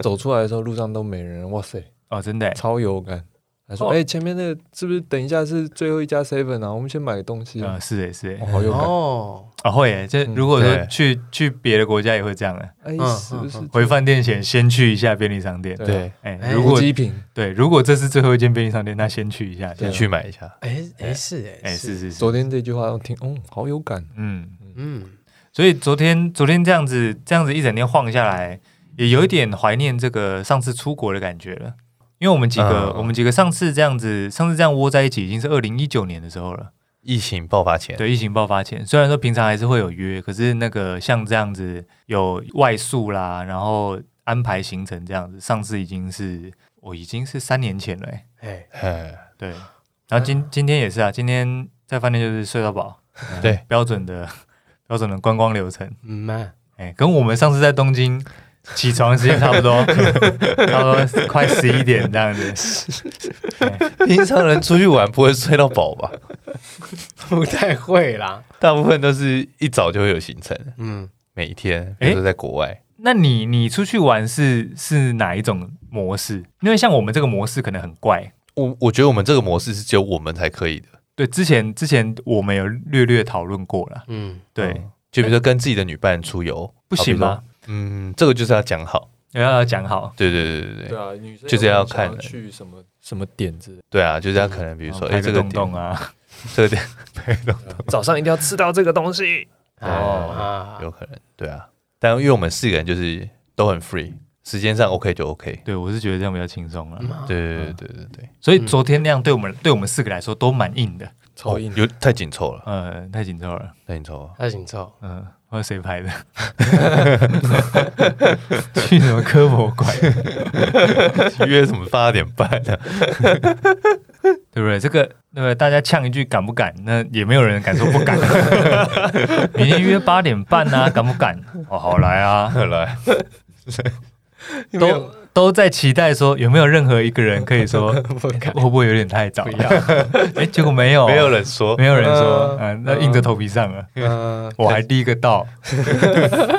走出来的时候路上都没人，哇塞，
哦，真的，
超有感。还说，
哦
哎、前面那个是不是等一下是最后一家 seven 啊？我们先买个东西、
呃，是哎是
哦，
哎，
好有感。
哦，
啊会哎，这
嗯
如果说
对
去去别的国家也会这样的，
哎、
嗯
是不是
回饭店前先去一下便利商店，
对
对，
哎，
哎
如
补
果
给品？
对如果这是最后一间便利商店，那先去一下，
对
先去买一下，
哎哎是
哎，是
是，
是
昨
是，
天这句话我听，嗯，好有感。
嗯。
嗯，
所以昨天昨天这样子这样子一整天晃下来，也有一点怀念这个上次出国的感觉了。因为我们几个、
嗯
我们几个上次这样子上次这样窝在一起，已经是二零一九年的时候了。
疫情爆发前，
对，疫情爆发前，虽然说平常还是会有约，可是那个像这样子有外宿啦，然后。安排行程这样子。上次已经是我已经是三年前了、欸，
哎，
哎，
对。然后今今天也是啊，今天在饭店就是睡到饱，
对，
标准的标准的观光流程，
嗯嘛，
哎、跟我们上次在东京起床时间差不 多，差不多快十一点这样子。
平常人出去玩不会睡到饱吧？
不太会啦。
大部分都是一早就会有行程，
嗯，
每一天
诶
都是在国外。
那你你出去玩是是哪一种模式？因为像我们这个模式可能很怪。
我我觉得我们这个模式是只有我们才可以的。
对，之前之前我们有略略讨论过了，
嗯，
对，
嗯就比如说跟自己的女伴出游，
不行吗
好？比如说？嗯，这个就是要讲好。
要要讲好，
对对对对
对
对
啊，女生
就是
有没有
要
想
看人
去什么什么点子，
对啊，就是要可能比如说，
哦拍
哎，
个
这个
洞
点
洞，啊，
这个点
早上一定要吃到这个东西。
哦，
哎啊，
有可能，对啊。但因为我们四个人就是都很 free，时间上 OK 就 OK。
对我是觉得这样比较轻松了。
嗯
对对对对对对，
所以昨天那样对我们对我们四个来说都蛮硬的，
超硬
哦有太紧凑了，
呃，太紧凑了，
太紧凑了。
那紧凑，
嗯、呃，不知道谁拍的， 去什么科博馆，
约什么八点半啊？
对不对？这个那个大家呛一句敢不敢？那也没有人敢说不 敢。明天约八点半啊，敢不敢？哦，好来啊，
来，
都都在期待说有没有任何一个人可以 说
不敢
会不会有点太早？不 要，哎，结果没有，
没有人说
没有人说，
嗯
嗯、那硬着头皮上了，
嗯，
我还第一个到，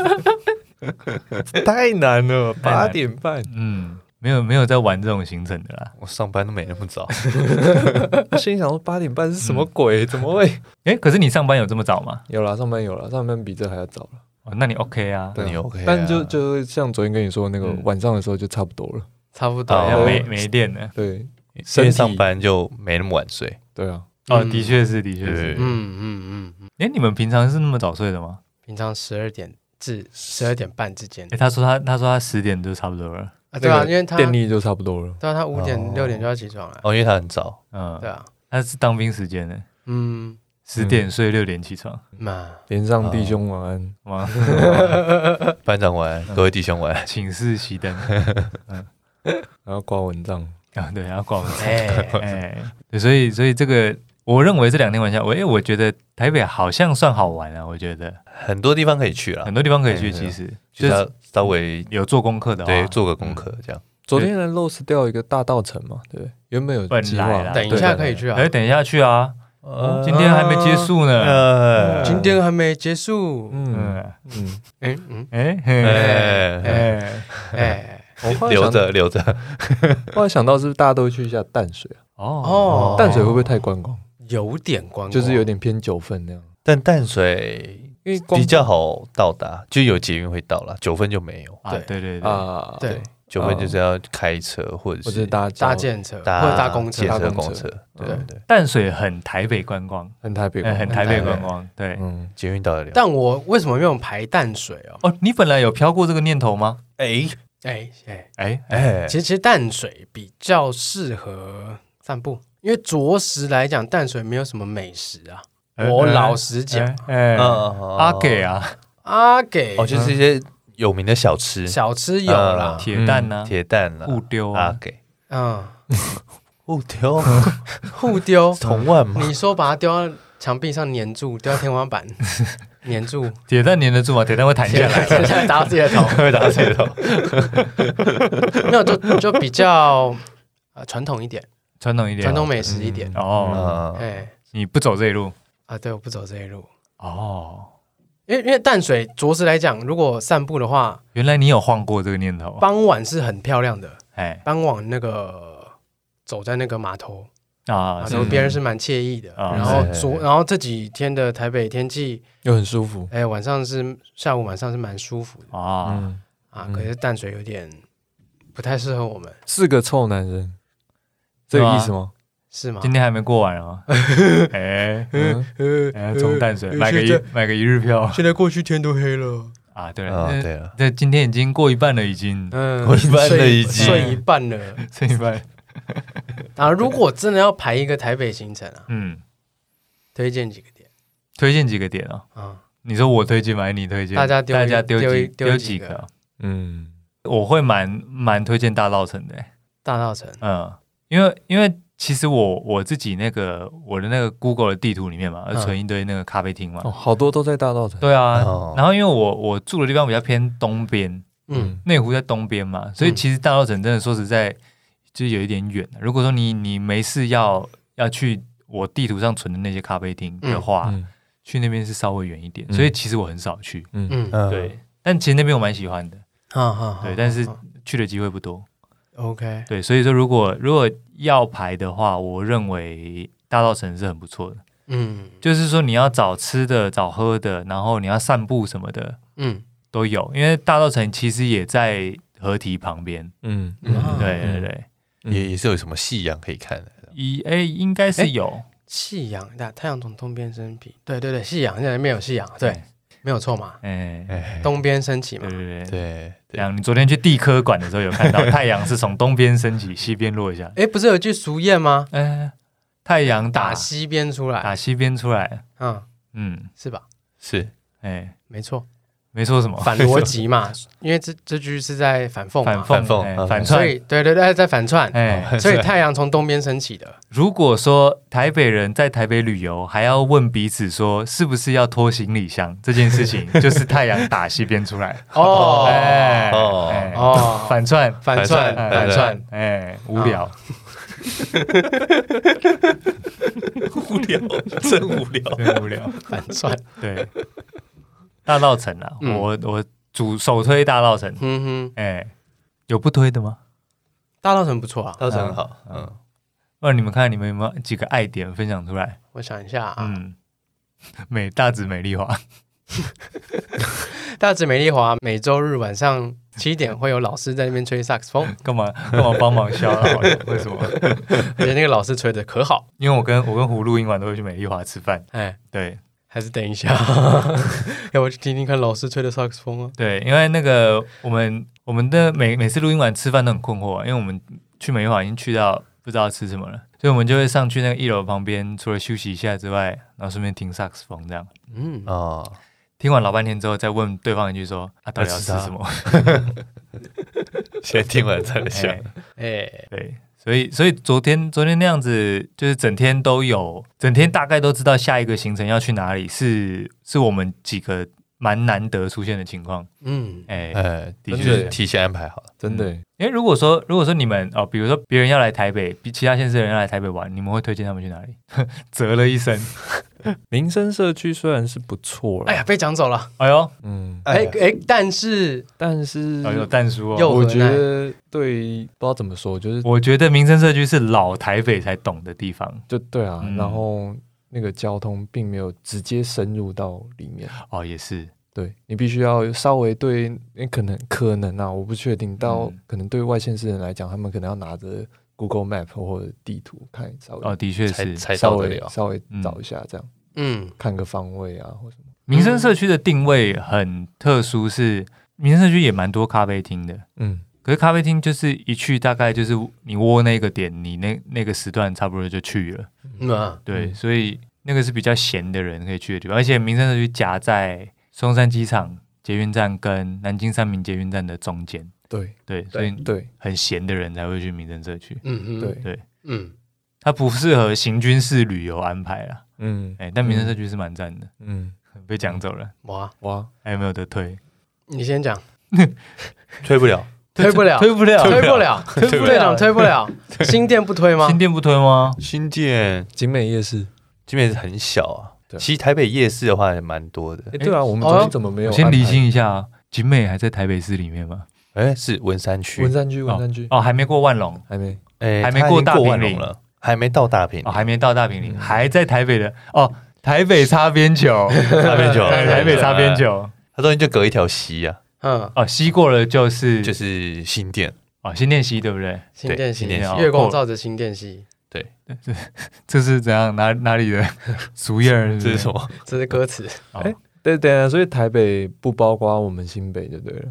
太难了，
太难
八点半，
嗯，没有没有在玩这种行程的啦。
我上班都没那么 早。
我心里想说八点半是什
嗯
么鬼？怎么会？
哎，可是你上班有这么早吗？
有啦，上班有啦，上班比这还要早了。
哦，那你 OK 啊？
那你 OK 啊
但就就像昨天跟你说那个
嗯
晚上的时候就差不多了。
差不多
好像
哦
没没练呢。
对
因为
身体
上班就没那么晚睡，
对啊，
哦，
嗯
的确是，的确是
对。
嗯嗯嗯嗯，
哎，你们平常是那么早睡的吗？
平常十二点至十二点半之间
哎，他说他他说他十点就差不多了。
啊，对啊，
那个
因为他
电力就差不多了。
对啊，他五
哦
点六点就要起床了，
哦，因为他很早，
嗯
对，啊，
他是当兵时间呢，
嗯
十点睡，六点起床。
嘛，
连上
哦
弟兄晚安，
哇，
班长晚
嗯
安，各位弟兄晚安。
寝室熄灯
然后挂蚊帐。
啊，对，要挂门。
哎，
哎， 对所以所以这个，我认为这两天晚上，我哎，我觉得台北好像算好玩啊，我觉得
很多地方可以去了
很，多地方可以
哎
去，
对啊
其实就是是
就要稍微
有啊嗯做功课的话，
对做个功课这样。
昨天还 lost 掉一个大道城嘛，对不对，原本有
本
计
来
划
啦，
等一下可以去啊
哎，，等一下去啊，
呃
今天还没结，束呢。
呃
今天还没结束，
嗯
嗯，
嗯，
哎嗯
哎嘿
哎
哎，
哎，
我
嗯
后来
留
想，
着留着，
后来想到是不是大家都去一下淡水啊？
哦
哦
淡水会不会太观光？
有点光，
就是有，点偏九份那样，
但淡水
因为光
比较好到达，就有捷运会到了，九份就没有。
啊，对对对，
啊，
对，
九份就是要开车或
或
者
者
是
是搭交
搭建车或
搭
者搭公车
捷，车、
搭公
公
车
车，对对对，
淡水很台北观光，
很台北
哎
观
很
光，
台北观光，对。
嗯，
捷运到得了。
但我为什么没有排淡水哦？
哦，你本来有飘过这个念头吗？
哎
哎哎，
哎，
哎
其，实其实淡水比较适合散步，因为着实来讲，淡水没有什么美食啊。
呃
哎
我老实讲，，
嗯
哎，
哦
哎阿
阿
给，啊，
阿
呃
给嗯
哦，就是一些有名的小吃，
小吃有啦，
铁蛋啊，
铁蛋啦，
雾丢
阿
啊，
给，
嗯，
呃雾丢，，
互丢
同万嘛，
你说把它丢到墙壁上粘住，丢到天花 板粘住，
铁蛋粘得住吗？铁蛋会弹下来。
接下来打到自己的头，
会打铁头，
没有就就比较呃传统一点，
传统一点，
传统美食一点。
哦，
嗯，
哎
你不走这一路
啊，对，我不走这一路，
哦，
因为因为淡水着实来讲，如果散步的话，
原来你有晃过这个念头，啊
傍晚是很漂亮的，
哎
傍晚那个走在那个码头，
啊，
码
是
头边是蛮惬意的。
啊
然后
是
昨然后这几天的台北天气，
又很舒服，
哎，晚上是下午晚上是蛮舒服的。
啊，
嗯，
啊，
嗯
可是淡水有点不太适合我们，
四个臭男人，这个意思吗？
是吗？
今天还没过完啊，哎，
嗯，
哎从淡水
呃
买个一
现在
买个一日票
现在过去天都黑了，
啊，对了，
啊，
那
对了，
那今天已经过一半了，已经
嗯
我一半了
睡
已经
睡一半了
这一半，
啊！如果真的要排一个台北行程啊，
嗯，
推荐几个点
推荐几个点啊？
啊，
你说我推荐吗？还是你推荐？
大家丢一
大家丢
丢
几
一丢
丢
几
几
个
个？
嗯，
我会蛮蛮推荐大稻城的、欸
大稻城，
嗯，因为因为其实我我自己那个我的那个 Google 的地图里面嘛，
嗯
存一堆那个咖啡厅嘛，
哦，好多都在大道城。
对啊，
哦
然后因为我我住的地方比较偏东边，
嗯，
内湖在东边嘛，所以
嗯
其实大稻城真的说实在，就是有一点远。如果说你你没事要要去我地图上存的那些咖啡厅的话，
嗯
去那边是稍微远一点，
嗯
所以其实我很少去。
嗯，
嗯，
嗯，
对，但其实那边我蛮喜欢的，
好好好，
对，但是
好好
去的机会不多。
OK，
对，所以说如果如果要排的话，我认为大稻城是很不错的。
嗯
就是说你要找吃的、找喝的，然后你要散步什么的
嗯，
都有，因为大稻城其实也在河堤旁边。
嗯
嗯
嗯，
啊
对对对，
嗯
也也是有什么夕阳可以看的。
一哎应该是有，
夕阳，那太阳从东边升起，对对对，夕阳，那里面有夕阳，对，没有错嘛，
哎，
哎，
东边升起嘛
对，对对。
对
这
对，
样，你昨天去地科馆的时候有看到太阳是从东边升起，西边落下。
哎，不是有句俗谚吗？
哎，太阳打
打西边出来，
打西边出来，
嗯，
嗯，
是吧？
是
哎，
没错，
没说什么，
反逻辑嘛， 因为这这句是在反讽
哦反
嘛，
反
讽
讽
哎
嗯
反
所
串。
以嗯对对对，在 反串，
哎，
所以太阳从东边升起 的，
如果说台北人在台北旅游还要问彼此说是不是要拖行李箱这件事情，就是太阳打西边出来。
哦
哎
哦
哎
哦
反串
反串
串
哎
反串，
哎，无聊。
无聊，真无聊。
对，无聊。
反串，
对，大稻城啊，
嗯
我我主首推大稻城。
嗯哼，
哎，有不推的吗？
大稻城不错啊，
倒是很好，嗯，
不然你们看你们有没有几个爱点分享出来？
我想一下啊，
嗯，美大直美丽华，
大直美丽华每周日晚上七点会有老师在那边吹萨克斯风，
干嘛干嘛帮忙削了？为什么？
而且那个老师吹的可好，
因为我跟我跟胡录音完都会去美丽华吃饭。
哎，
对
还是等一下， 哎要不去听听看老师吹的萨克斯风啊？
对，因为那个我们我们的每每次录音完吃饭都很困惑、啊，因为我们去美丽华已经去到不知道吃什么了，所以我们就会上去那个一楼旁边，除了休息一下之外，然后顺便听萨克斯风这样。
嗯，
哦，
听完老半天之后，再问对方一句说：“啊，到底要吃
要吃啥
什么
先听完再来？”想
哎。
哎，
对，所以所以昨天昨天那样子，就是整天都有，整天大概都知道下一个行程要去哪里，是是我们几个蛮难得出现的情况。
嗯，
哎、
呃，的确
真的
是提前安排好了。
真的耶，
因为如果说如果说你们哦，比如说别人要来台北，比其他县市的人要来台北玩，你们会推荐他们去哪里？ 啧了一声，
民生社区虽然是不错
哎呀，
啦，
被讲走了，
哎呦，
嗯，
哎哎，但是
但是
嗯
哦有蛋叔
又
我
哦。
何
觉
奈
得对，不知道怎么说，就是
我觉得民生社区是老台北才懂的地方
就对啊
嗯，
然后那个交通并没有直接深入到里面，
哦，也是
对你必须要稍微对，你可能可能啊，我不确定，到
嗯
可能对外县市人来讲，他们可能要拿着 Google Map 或者地图看稍
哦，
微
的确
才
是
才
稍
到得
微
了，
稍微
嗯
找一下，这样
嗯
看个方位啊或什么，
民生社区的定位很特殊是，民生社区也蛮多咖啡厅的。
嗯
可是咖啡厅就是一去大概就是你窝那个点，你那那个时段差不多就去了。
嗯啊
对，
嗯
所以那个是比较闲的人可以去的地方，而且民生社区夹在松山机场捷运站跟南京三民捷运站的中间。
对
对，所以
对，
很闲的人才会去民生社区，
嗯嗯
对
对，
嗯
它不适合行军式旅游安排啦。
嗯
哎、但民生社区是蛮赞的，
嗯，
被讲走了，
哇，
哇，
还有没有得推？
你先讲，
推不了。
推不了，
推不了，
推不了，
推不了
队长推不了，新店不推吗
新？店不推吗？
新店
景美夜市，
基本是很小啊，
对
其实台北夜市的话也蛮多的
哎。对啊，我们
哦
昨天怎么没有安
我
排？
先厘清一下啊，景美还在台北市里面吗？
哎，是文山区
文，山区，文山区
哦，还没过万隆，
还没，
哎，
还没
它已
过
经
大平
万隆
林
了，还没到大平
哦，
林，
还没到大平林，还在台北的哦，台北 擦边球，
擦边球，
哎台北擦边，球，
它中间就隔一条溪啊，
嗯，
哦，西过了就是
就
就是
是新店，
哦，新店西对不对？
新店西
新店
西，
月光
过
照着新店西，
这是怎样哪哪 里的俗谚儿？
这是什？么？
这是歌词。
哦
哎对对啊，所以台北不包括我们新北就对了，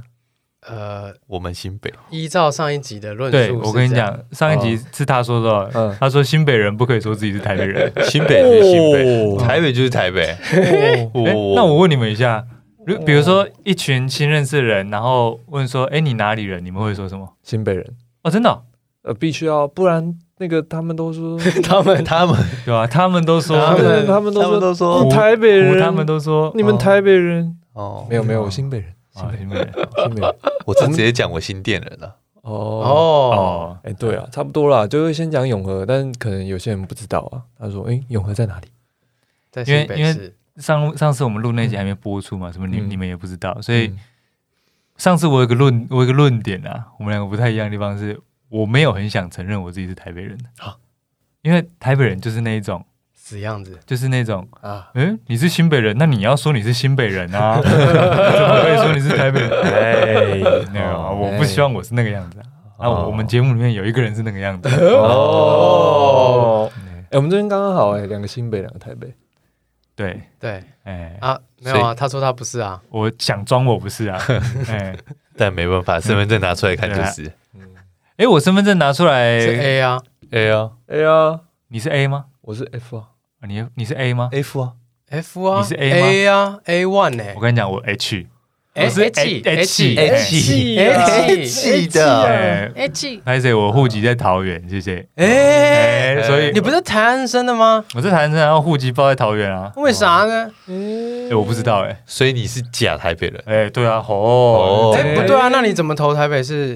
呃，
我们新北
依照上一集的论述，
对，我跟你，讲，哦上一集是他说的，
嗯，
他说新北人不可以说自己是台北 人。
新北就是新北，
哦
台北就是台北。
哦哎那我问你们一下，如比如说一群新认识的人，然后问说：“哎，你哪里人？”你们会说什么？
新北人，
哦，真的哦、
呃，必须要，不然那个他们都 说，
他们
他们
对吧、他们都说
他们
对他们都
他
说
们都说
你台北
胡
人，
他们都说
你们、台北人，
哦，
没有没有，
哦
我新北 人，
哦啊、新北人
新北人，
我是直接讲我新店人了。
哦。
哦，
哦，
哎、对啊，差不多啦，就会先讲永和，但可能有些人不知道啊。他说：“哎、永和在哪里
在
因为
新北
因为
市，
上上次我们录那集还没播出嘛，什么你、
嗯
你们也不知道，所？”以
嗯
上次我有一个论我有一个论点啊，我们两个不太一样的地方是，我没有很想承认我自己是台北人的，
啊
因为台北人就是那一种
死样子，
就是那种
啊，
嗯，你是新北人，那你要说你是新北人啊， 怎么可以说你是台北人？
嗯哦
哎，那个啊，
哦
我不希望我是那个样子啊。啊，我我们节目里面有一个人是那个样子，啊
哦，
嗯
哎、我们这边刚刚好哎、两个新北，两个台北。
对，
对
哎，
啊，没有啊，他说他不是啊，
我想装我不是啊，哎，
但没办法，身份证拿出来看就是。
哎，我身份证拿出来
是，A 啊
哎呀
哎呀，
你是 A 吗？
我是 F 啊，
啊你你是 A 吗？
，F 啊，
，F 啊，
你是 A 吗
啊，A one 呢
我跟你讲，我 H，
哎
我是
H
H
啊
H
啊 H
H
哎，
H
拍谁？我户籍在桃园，谢谢。
哎，
哎，所以
你不是台湾生的吗？
我是台南人，然后户籍报在桃园啊。
为啥呢？
哎，我不知道哎。
所以你是假台北人
哎、对啊，哦，
哎，不对啊，那你怎么投台北市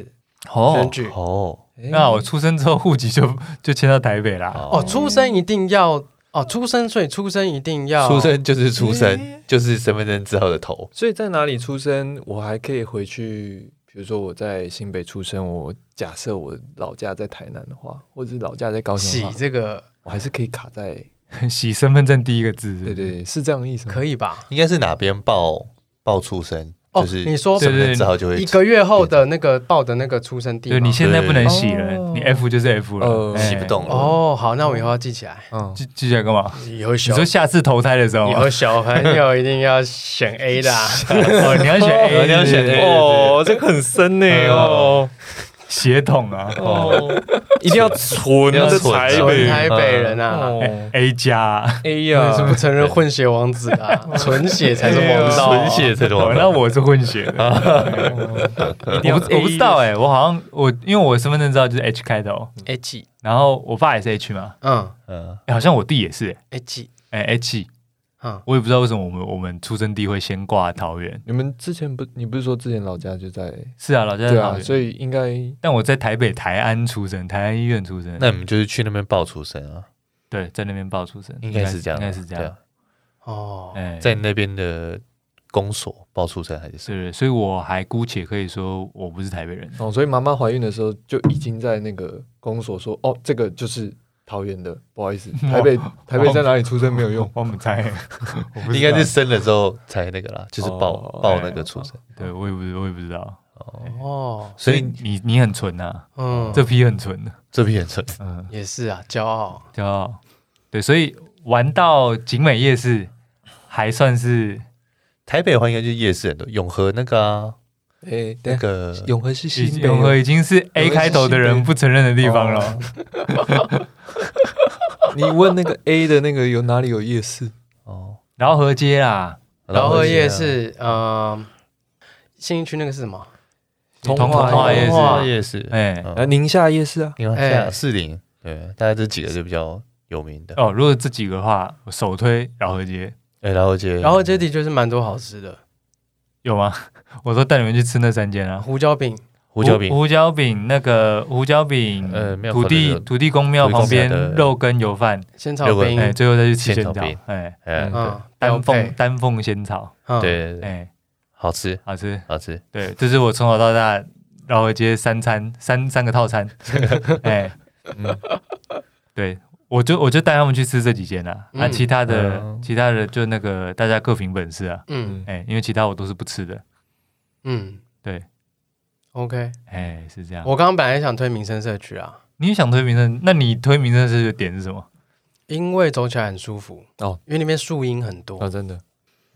选
哦，
举？
哦，
那我出生之后户籍就就迁到台北啦。
哦，出生一定要哦，出生所以出生一定要
出生就是出生，就是身份证之后的头。
所以在哪里出生，我还可以回去。比如说我在新北出生，我假设我老家在台南的话，或者是老家在高雄
洗
的话，
这个
我还是可以卡在。
洗身份证第一个字是不
对对
是，
对，是这样的意思吗？
可以吧？
应该是哪边报报出生，
哦
嗯就是
你说
身份证之后就会
一个月后的那个报的那个出生地吗
就你现在不能洗
对
了
哦，
你 F 就是 F 了，
呃
哎
洗不动。了。
哦，好，那我以后要记起来。
嗯，
记记起来干嘛？
以后
你
小
说下次投胎的时候啊
以
吗，
后小朋友一定要选 A 的啊，
哦，你要选 A，
你要选 A，
哦，这个很深呢哦，
血统啊
哦，
一定要存
要
的
存
台
纯
北
纯台北人啊，
哦
，A 加啊。
哎
为什么
呀，
不承认混血王子啊？纯血才是
哎呦
王道啊，
纯血才
哦
懂，。
那我是混血
哦一定要
的，我不我不知道哎，我好像我因为我身份证照就是 H 开头，
H，
然后我爸也是 H 嘛，
嗯
嗯，
哎好像我弟也是
，H，
哎哎 H，
嗯，
我也不知道为什么我们我们出生地会先挂桃园。
你们之前不，你不是说之前老家就在？
是啊，老家在
对
桃
啊，
园。
所以应该
但我在台北台安出生，台安医院出生。
那你们就是去那边报出生啊，
对，在那边报出生，
应该是这样，
应该是这
对
样
啊。。
哦，
哎，
在那边的公所报出生还是什么？
是，所以我还姑且可以说我不是台北人。
哦，所以妈妈怀孕的时候就已经在那个公所说，哦，这个就是桃园的，不好意思，台北台北在哪里出生 没有用，
我们猜，我不知道
应该是生了之后才那个啦，就是报
哦
报那个出生。
对我也不我也不知道。
哦，
所
所以
以你你很啊纯呐，
哦
嗯，
这批很纯的，
这批人存
嗯，
也是啊，骄傲，
骄傲。对，所以玩到景美夜市还算是
台北的话，应该就是夜市很多，永和那个啊，
哎，
那
那个
个
永和是
已
新
经
北
永和，已经是 A 开头的人不承认的地方
哦
了。
你问那个 A 的那个有哪里有夜市？
哦，
饶河街啦，
然后
夜啊
夜
市，
市，嗯，新一区那个是什么？
童
同
话
化夜
夜
市
市，
夜市，
哎、
嗯
啊，宁夏夜市啊，
你看
哎
下士林，对，大概这几个就比较有名的。
哦，如果这几个的话，我首推饶河街
哎，然后街，
然后这的确是蛮多好吃的，
有吗？ 我说带你们去吃那三间啊，
胡椒饼，
胡椒饼，
胡椒饼那个胡椒饼，
呃庙口
土
的
地
肉
土地公庙旁边
土地公庙的
肉羹油饭，
仙草
六个
冰，
哎，最后再去吃
仙
仙
草
草
饼，
哎，
哎，
嗯
嗯，
丹
标
凤
配，
丹凤仙草，
嗯，
对，对
哎，
好吃，
好吃，
好吃，
对，这是我从小到大饶河街三餐三三个套餐， 哎，
嗯
对。我就我就带他们去吃这几间啦、啊，
嗯
其他的、
嗯
其他的就那个大家各凭本事啊，
嗯，
嗯
哎、因为其他我都是不吃的，
嗯
对，
，OK。
哎、是这样。
我刚刚本来想推民生社区啊，
你想推名声，那你推名声是点是什么？
因为走起来很舒服
哦，
因为那边树荫很多
啊，，真的，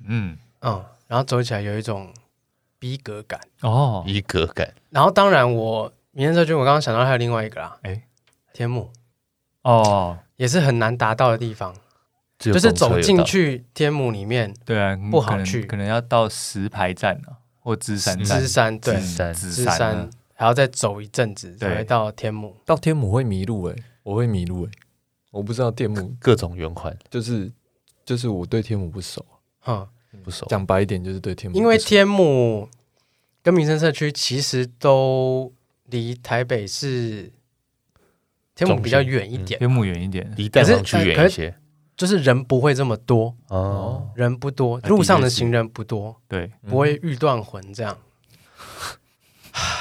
嗯，
嗯，然后走起来有一种逼格感。
哦，
一格感，
然后当然我民生社区，我刚刚想到还有另外一个啦，
哎
天幕
哦，
也是很难达到的地方，
只有
就是
公车
走
有
进
到
去天母里面
对啊，
不
可
好
能
去
可能要到石牌站啊，或芝山站
芝、山，对，
芝山
紫
芝
山啊
山，还要再走一阵子
对
才会到天母。
到天母会迷路哎、我会迷路哎、我不知道天母
各种圆环
就是就是我对天母不熟，
嗯，
不熟，
讲白一点就是对天嗯母不熟，
因为天母跟民生社区其实都离台北市天母比较远一点，
天母远一点，
离蛋
可是
黄区
可
远
是
一些
就是人不会这么多，
哦。
人不多，
那的确
路上的
是
行人不多，
对，
不会欲断魂这样。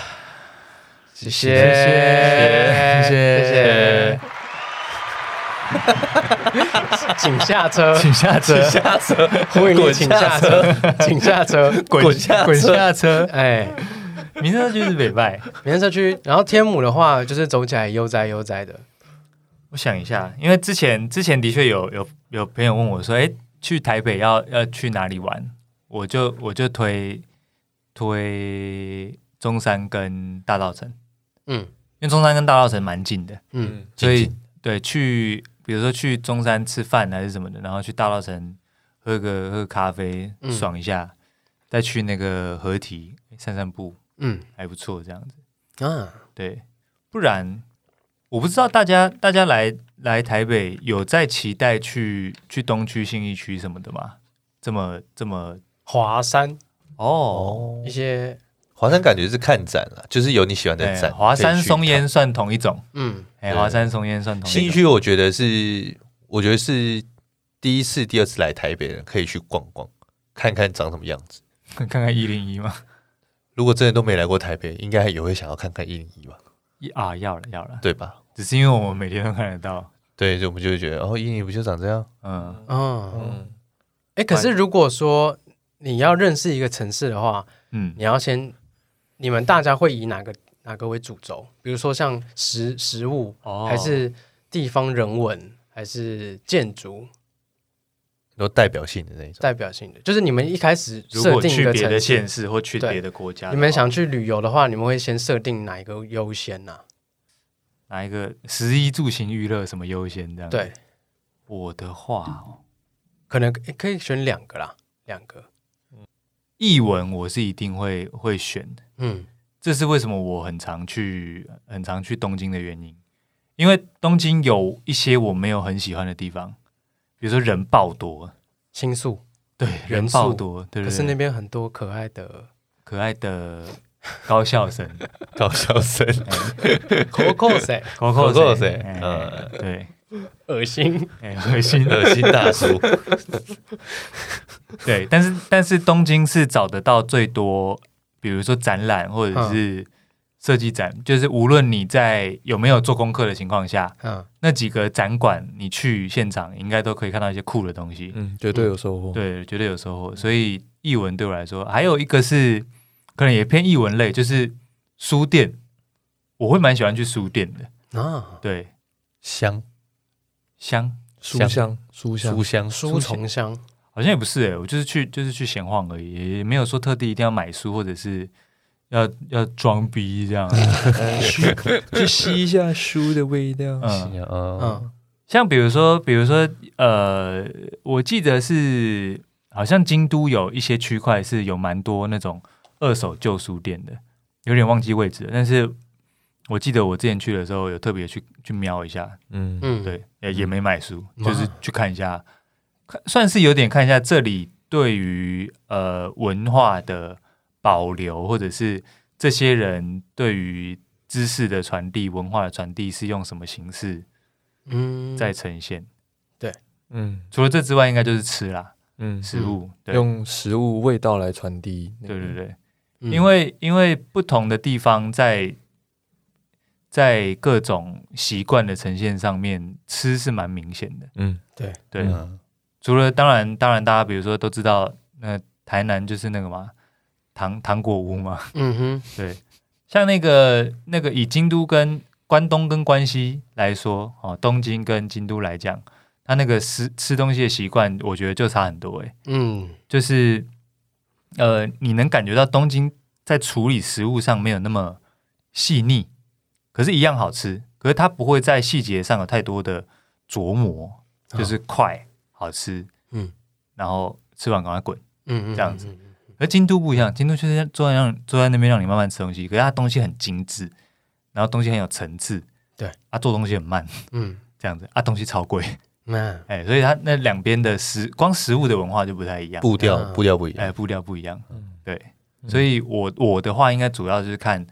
谢谢
谢谢
谢谢，请下车，
请下车，
下车，
呼吁你
滚
请下车，请 下车，
滚下
滚
车，
下车，
哎，
民生就是北拜。
民生社区，然后天母的话，就是走起来悠哉悠哉的，
我想一下，因为之前之前的确有有有朋友问我说，哎、去台北要要去哪里玩？我就我就推推中山跟大稻城，
嗯
因为中山跟大稻城蛮近的，
嗯，
所以
近近
对去比如说去中山吃饭还是什么的，然后去大稻城喝个喝个咖啡
嗯
爽一下，再去那个河堤散散步，
嗯
还不错这样子。
啊，
对，不然我不知道大家大家来来台北有在期待去去东区、信义区什么的吗？这么这么
华山
哦，
哦
一。些，
华山感觉是看展了，就是有你喜欢的
对，
展。
哎华山
可以去
松
一趟
烟算同一种，
嗯
哎，
对
华山松烟算同
新
一种。
区，我觉得是，我觉得是第一次、第二次来台北的人可以去逛逛，看看长什么样子。
看看一零一吗？
如果真的都没来过台北，应该也会想要看看一零一吧，
一啊，要了要了，
对吧？
只是因为我们每天都看得到，
对，就我们就会觉得，哦，一零一不就长这样？
嗯，
哦，
嗯，
哎，可是如果说你要认识一个城市的话，
嗯，
你要先，你们大家会以哪个哪个为主轴？比如说像食食物，
哦
还是地方人文，还是建筑
有代表性的那一种。
代表性的？就是你们一开始
如
设
果
定一
去
个
别
城
的
市
县，市啊或去
对
别的国家的话，
你们想去旅游的话，你们会先设定哪一个优先啊呢？
哪一个十一住行娱乐什么优先这样？，
对，
我的话哦，
可能诶可以选两个啦，两个，
译文我是一定会会选的，
嗯
这是为什么我很常去很常去东京的原因，因为东京有一些我没有很喜欢的地方，比如说人爆多，
新宿，
对，人
人
爆
数
多，对
可
对
是那
对，
边很多可爱的
可爱的高校 生
搞 笑声，
Coco 谁，
，Coco
口口
谁
谁，
哎
嗯
对，
恶心，
哎，恶心，
恶心大叔，
对，但是但是东京是找得到最多，比如说展览或
嗯
者是设计展，就是无论你在有没有做功课的情况下，
嗯
那几个展馆，你去现场应该都可以看到一些酷的东西。
嗯，绝对有收获。
对，绝对有收获。所以译文对我来说，还有一个是可能也偏译文类，就是书店，我会蛮喜欢去书店的。
啊，
对，
香
香
书
香
香，书香
书，香
书虫香，
好像也不是诶、我就是去就是去闲晃而已，也没有说特地一定要买书或者是要要装逼这样。
去吸一下书的味道。
嗯，
香嗯，
嗯
像比如说，比如说，呃，我记得是好像京都有一些区块是有蛮多那种二手旧书店的，有点忘记位置了，但是我记得我之前去的时候有特别去去瞄一下，
嗯
嗯，
对，也也没买书，
哇
就是去看一下，看算是有点看一下这里对于呃文化的保留，或者是这些人对于知识的传递、文化的传递是用什么形式
嗯，
在呈现。
嗯
除了这之外，应该就是吃啦，
嗯，
食物。对
用食物味道来传递那个。
对对对，
嗯
因为因为不同的地方在在各种习惯的呈现上面，吃是蛮明显的。
嗯，
对，
对，
嗯
除了当然当然，大家比如说都知道，那、台南就是那个嘛，糖糖果屋嘛，
嗯哼，
对，像那个那个以京都跟关东跟关西来说，哦，东京跟京都来讲，它那个吃吃东西的习惯，我觉得就差很多欸诶、
嗯
就是呃，你能感觉到东京在处理食物上没有那么细腻，可是，一样好吃。可是它不会在细节上有太多的琢磨，就是快、好吃，
嗯
然后吃完赶快滚。
嗯嗯，
这样子
嗯，嗯嗯
而京都不一样，京都就是坐在让坐在那边让你慢慢吃东西，可是它东西很精致，然后东西很有层次，
对，
啊做东西很慢
嗯，
这样子，啊东西超贵，
那
哎、所以它那两边的食光食物的文化就不太一样，
步调
嗯
步调不一
哎、
样。
步调不一样，
嗯
对，所以我我的话应该主要就是看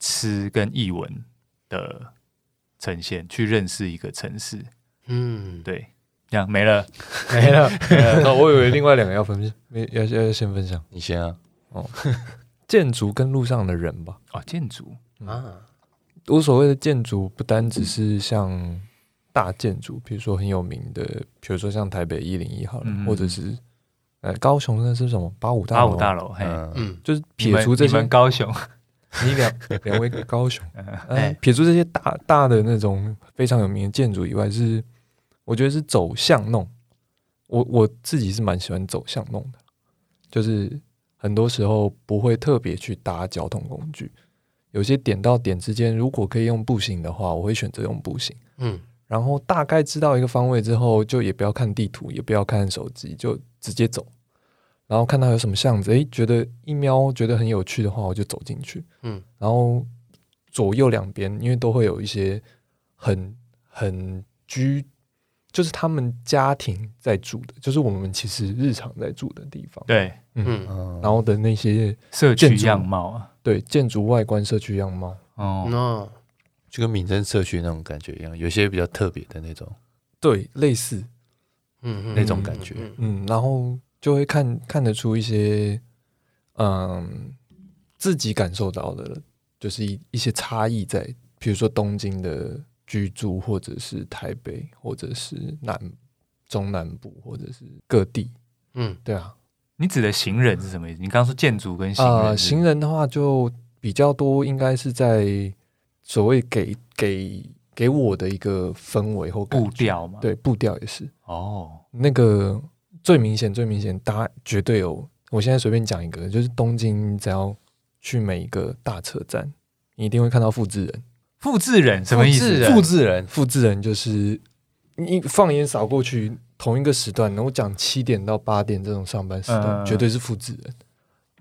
吃跟译文的呈现，去认识一个城市，
嗯，
对，这样没了，
没了，
哎那我以为另外两个要分，没要要先分享
你先啊，
建筑跟路上的人吧。
哦，建筑，
啊，
我所谓的建筑，不单只是像大建筑，比如说很有名的，比如说像台北一零一好了，
嗯
或者是呃高雄那是什么八五大
八
楼，
五大楼，嘿，
嗯，
嗯
就是
你
撇
们
除这
你
些
们，高雄，
你两两位高雄，
哎
呃，撇除这些大大的那种非常有名的建筑以外，是我觉得是走巷弄，我我自己是蛮喜欢走巷弄的，就是很多时候不会特别去搭交通工具，有些点到点之间，如果可以用步行的话，我会选择用步行。
嗯
然后大概知道一个方位之后，就也不要看地图，也不要看手机，就直接走。然后看到有什么巷子，诶，觉得一瞄觉得很有趣的话，我就走进去。
嗯
然后左右两边，因为都会有一些很很居，就是他们家庭在住的，就是我们其实日常在住的地方。
对，
嗯，
嗯，
嗯
然后的那些
社区
建筑
样貌啊，
对建嗯筑外观、社区样貌，
哦，
那
就跟民生社区那种感觉一样，有些比较特别的那种。
对类似，
嗯
那种感觉
嗯嗯
嗯，然后就会看看得出一些，嗯，自己感受到的，就是一一些差异在，比如说东京的居住，或者是台北，或者是南中南部，或者是各地，
嗯
对啊，
你指的行人是什么意思？你刚刚说建筑跟行人是不
呃，
是，
行人的话就比较多，应该是在所谓给给给我的一个氛围或感
步
觉，
调嘛，，
对步调也是，
哦，
那个最明显、最明显，大家绝对有。我现在随便讲一个，就是东京，你只要去每一个大车站，你一定会看到复制人。
复制人什么意
复制
思？
人
复制人，复制人就是你一放眼扫过去，同一个时段，然后讲七点到八点这种上班时
嗯嗯
段，
嗯
绝对是复制人。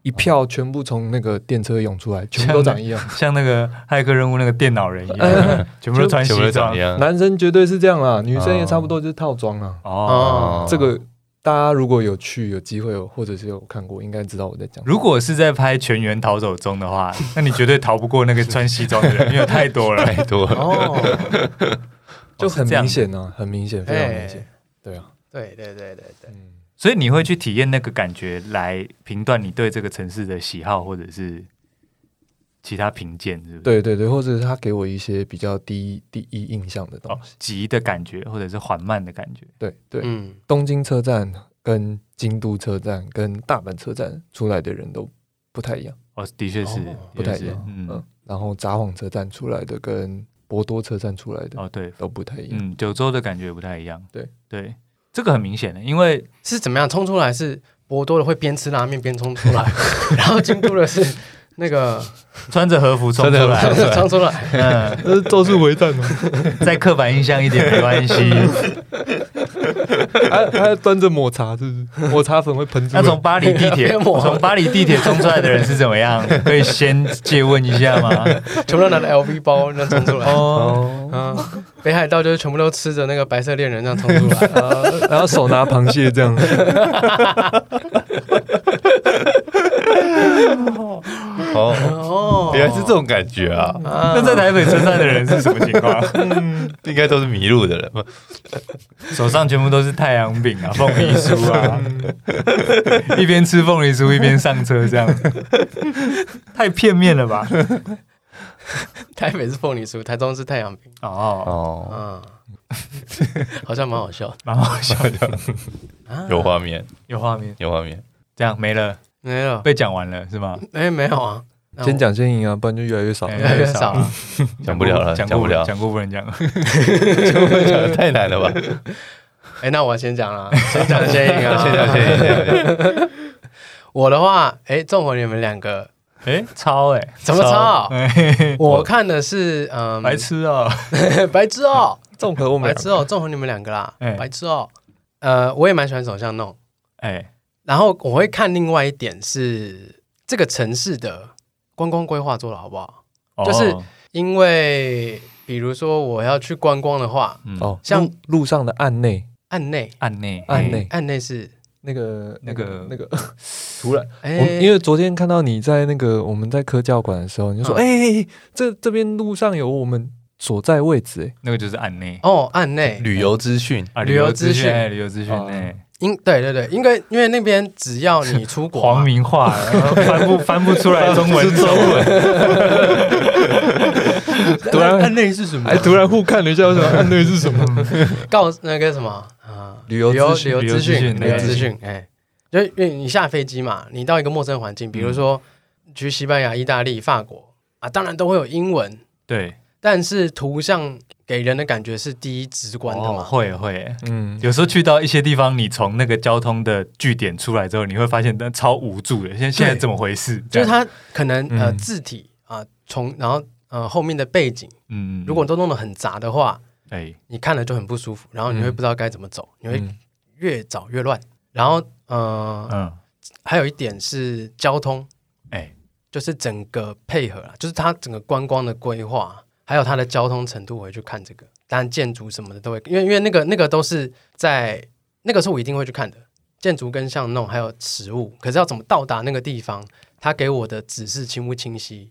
一票全部从那个电车涌出来，全部都长一样。
像那个 骇客任务那个电脑人一 样，全部都穿
全部都
西
长
装
一。样。啊
男生绝对是这样啦，女生也差不多就是套装啦。
哦，
哦
这个大家如果有去、有机会有，或者是有看过，应该知道我在讲什么。
如果是在拍《全员逃走中》的话，那你绝对逃不过那个穿西装的人，因为太多了。
太多了，
哦，
就很
哦这样
明显呢、很明显，非常明显
哎。
对啊，
对对对对对，
嗯，
所以你会去体验那个感觉，来评断你对这个城市的喜好，或者是其他评鉴，是不是？，
对对对，或者是他给我一些比较第第一印象的东
哦
西。，
急的感觉，或者是缓慢的感觉。
对对，
嗯
东京车站跟京都车站跟大阪车站出来的人都不太一样，
哦，的确是
哦，
不太
的确
一
是
样。
嗯
嗯，，然后札幌车站出来的跟博多车站出来的
哦，对，
都不太一 样。
嗯，九州的感觉不太一样。
对
对，这个很明显的，因为
是怎么样冲出来？是博多的会边吃拉面边冲出来， 然后京都的是那个
穿着和服冲出
穿着和
来，
冲出来，
嗯，
这是《咒术回 战》吗？
再刻板印象一点没关系。
还还端着抹茶，是 不是？抹茶粉会喷出
那
来。
从巴黎 地铁，
别抹
从巴黎地铁冲出来的人是怎么样？可以先借问一下 吗？
全部都拿着 LV 包那冲出来。
哦，
哦，
嗯，北海道就是全部都吃着那个白色恋人这样冲出 来，
啊然后手拿螃蟹 这样。
哦，
哦，
原来是这种感觉啊！
那在台北车站的人是什么情况？
应该都是迷路的人吧？
手上全部都是太阳饼啊、凤梨酥 啊，一边吃凤梨酥一边上车，这样太片面了吧？
台北是凤梨酥，台中是太阳饼，
哦，
哦，
嗯，好像蛮好笑的
蛮好笑的，
啊。
有画面，
有画面，
有画面。
这样没了，
没有？
被讲完了是吗？
哎，没有啊。那我
先讲先赢啊，不然就越来越少
哎
了。
越来越 少了。
讲不了了
讲
讲
过
不了
讲过不能讲。
太难 了吧？
哎，那我先讲了，先讲先赢 啊，
谢谢谢谢谢谢。
我的话，哎，纵火你们两个
哎，超哎，
怎么抄？
哎
我看的是 嗯，
白痴啊！
白痴哦，
综合我们
白
俩
痴哦，纵火你们两个啦
哎，
白痴哦。呃，我也蛮喜欢走巷弄。
哎，
然后我会看另外一点是这个城市的观光规划做的好不好，
哦
就是因为比如说我要去观光的话，
嗯
哦，
像
路路上的案内，
案内
案内
案内
案内是
那个
哎那个
那个突然，
哎、
我因为昨天看到你在那个我们在科教馆的时候，你就说
嗯
哎、这这边路上有我们所在位 置，哎
那个就是案内
哦案内
旅游资讯，
啊，
哦旅游资讯
哎旅游资讯
哦
哎，
因对对对，因为因为那边只要你出国啊嘛
黄明化然后翻不翻不出来中 文，中文
哎，突然
内是什
还突然互看了一下，我 说案内是什么？
哎告那个什么啊，
旅游
旅游
资讯
旅游资讯，旅
旅
游
游
资
资
讯，哎，就因为你下飞机嘛，你到一个陌生环境，比如说去西班牙、意大利、法国啊，当然都会有英文，
对，
但是图像给人的感觉是第一直观的
哦
嘛，
会会。
嗯，
有时候去到一些地方，你从那个交通的据点出来之后，你会发现那超无助的。现现在怎么回事？
就
这
是
样，
它可能呃
嗯
字体啊，从然后呃后面的背景，
嗯
如果都弄得很杂的话，
哎，
你看了就很不舒服，然后你会
嗯
不知道该怎么走，你会
嗯
越找越乱。然后呃，
嗯，
还有一点是交通，
哎，
就是整个配合啦，就是它整个观光的规划，还有它的交通程度，我会去看这个。当然建筑什么的都会，因为因为那个那个都是在那个是我一定会去看的，建筑跟巷弄还有食物。可是要怎么到达那个地方，他给我的指示清不清晰，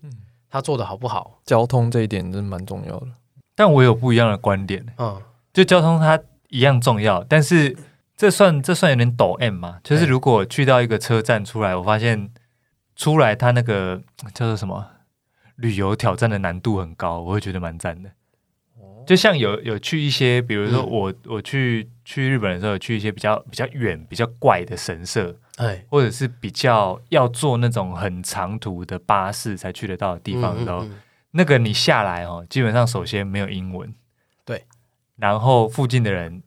他做的好不好，
交通这一点真的蛮重要的。
但我有不一样的观点，
嗯，
就交通它一样重要，但是这算这算有点抖 M 嘛？就是如果去到一个车站出来，我发现出来它那个叫做什么旅游挑战的难度很高，我会觉得蛮赞的。就像有有去一些，比如说
哦嗯
我、我去去日本的时候，有去一些比较比较远、比较怪的神社，
哎，
或者是比较要坐那种很长途的巴士才去得到的地方的时候，
嗯嗯嗯
那个你下来哦，基本上首先没有英文，
对，
然后附近的人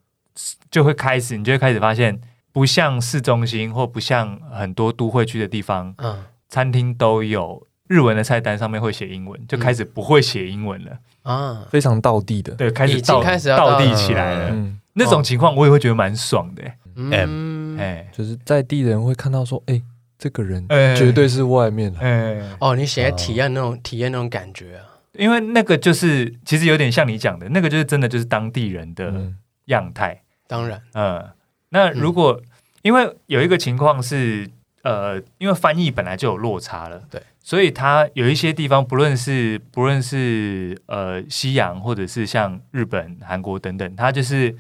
就会开始，你就会开始发现，不像市中心或不像很多都会区的地方，
嗯
餐厅都有日文的菜单上面会写英文，就开始不会写英文了，
啊，
非常道地的，
对，开
已
始
经
倒
开始要
倒
到
地
了
起来了。
嗯，
那种情况我也会觉得蛮爽的、欸，
嗯，
哎、
就是在地人会看到说，哎、这个人
哎
绝对是外面来，
哎、
哦，你想要体验那种体验那种感觉啊，
因为那个就是其实有点像你讲的，那个就是真的就是当地人的
嗯
样态。
当然，
呃，那如
嗯
果、因为有一个情况是，呃，因为翻译本来就有落差了，
对，
所以它有一些地方，不论是不论是呃西洋，或者是像日本、韩国等等，它就是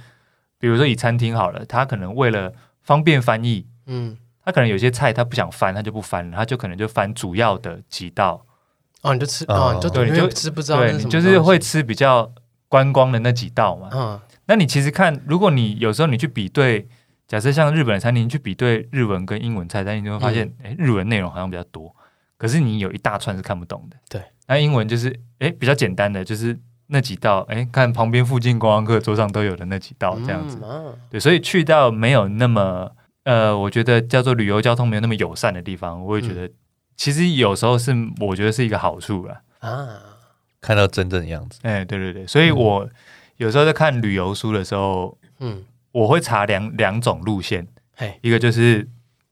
比如说以餐厅好了，它可能为了方便翻译，
嗯，
它可能有些菜它不想翻，它就不翻了，它就可能就翻主要的几道，
哦，你就吃，
哦
哦，你就
对你
因为
就
吃不知道那
对
是
你
什么
就是
东西
会，吃比较观光的那几道嘛，
嗯
那你其实看，如果你有时候你去比对，假设像日本的餐厅，你去比对日文跟英文菜单，你就会
嗯
发现，哎、日文内容好像比较多，可是你有一大串是看不懂的。
对，
那英文就是，哎，比较简单的，就是那几道，哎，看旁边附近观光客桌上都有的那几道这样子。
嗯啊
对，所以去到没有那么，呃，我觉得叫做旅游交通没有那么友善的地方，我也觉得，
嗯
其实有时候是我觉得是一个好处啦。
啊，
看到真正的样子，
哎，对对对，所以我有时候在看旅游书的时候，
嗯，
我会查两两种路线，
嘿，
一个就是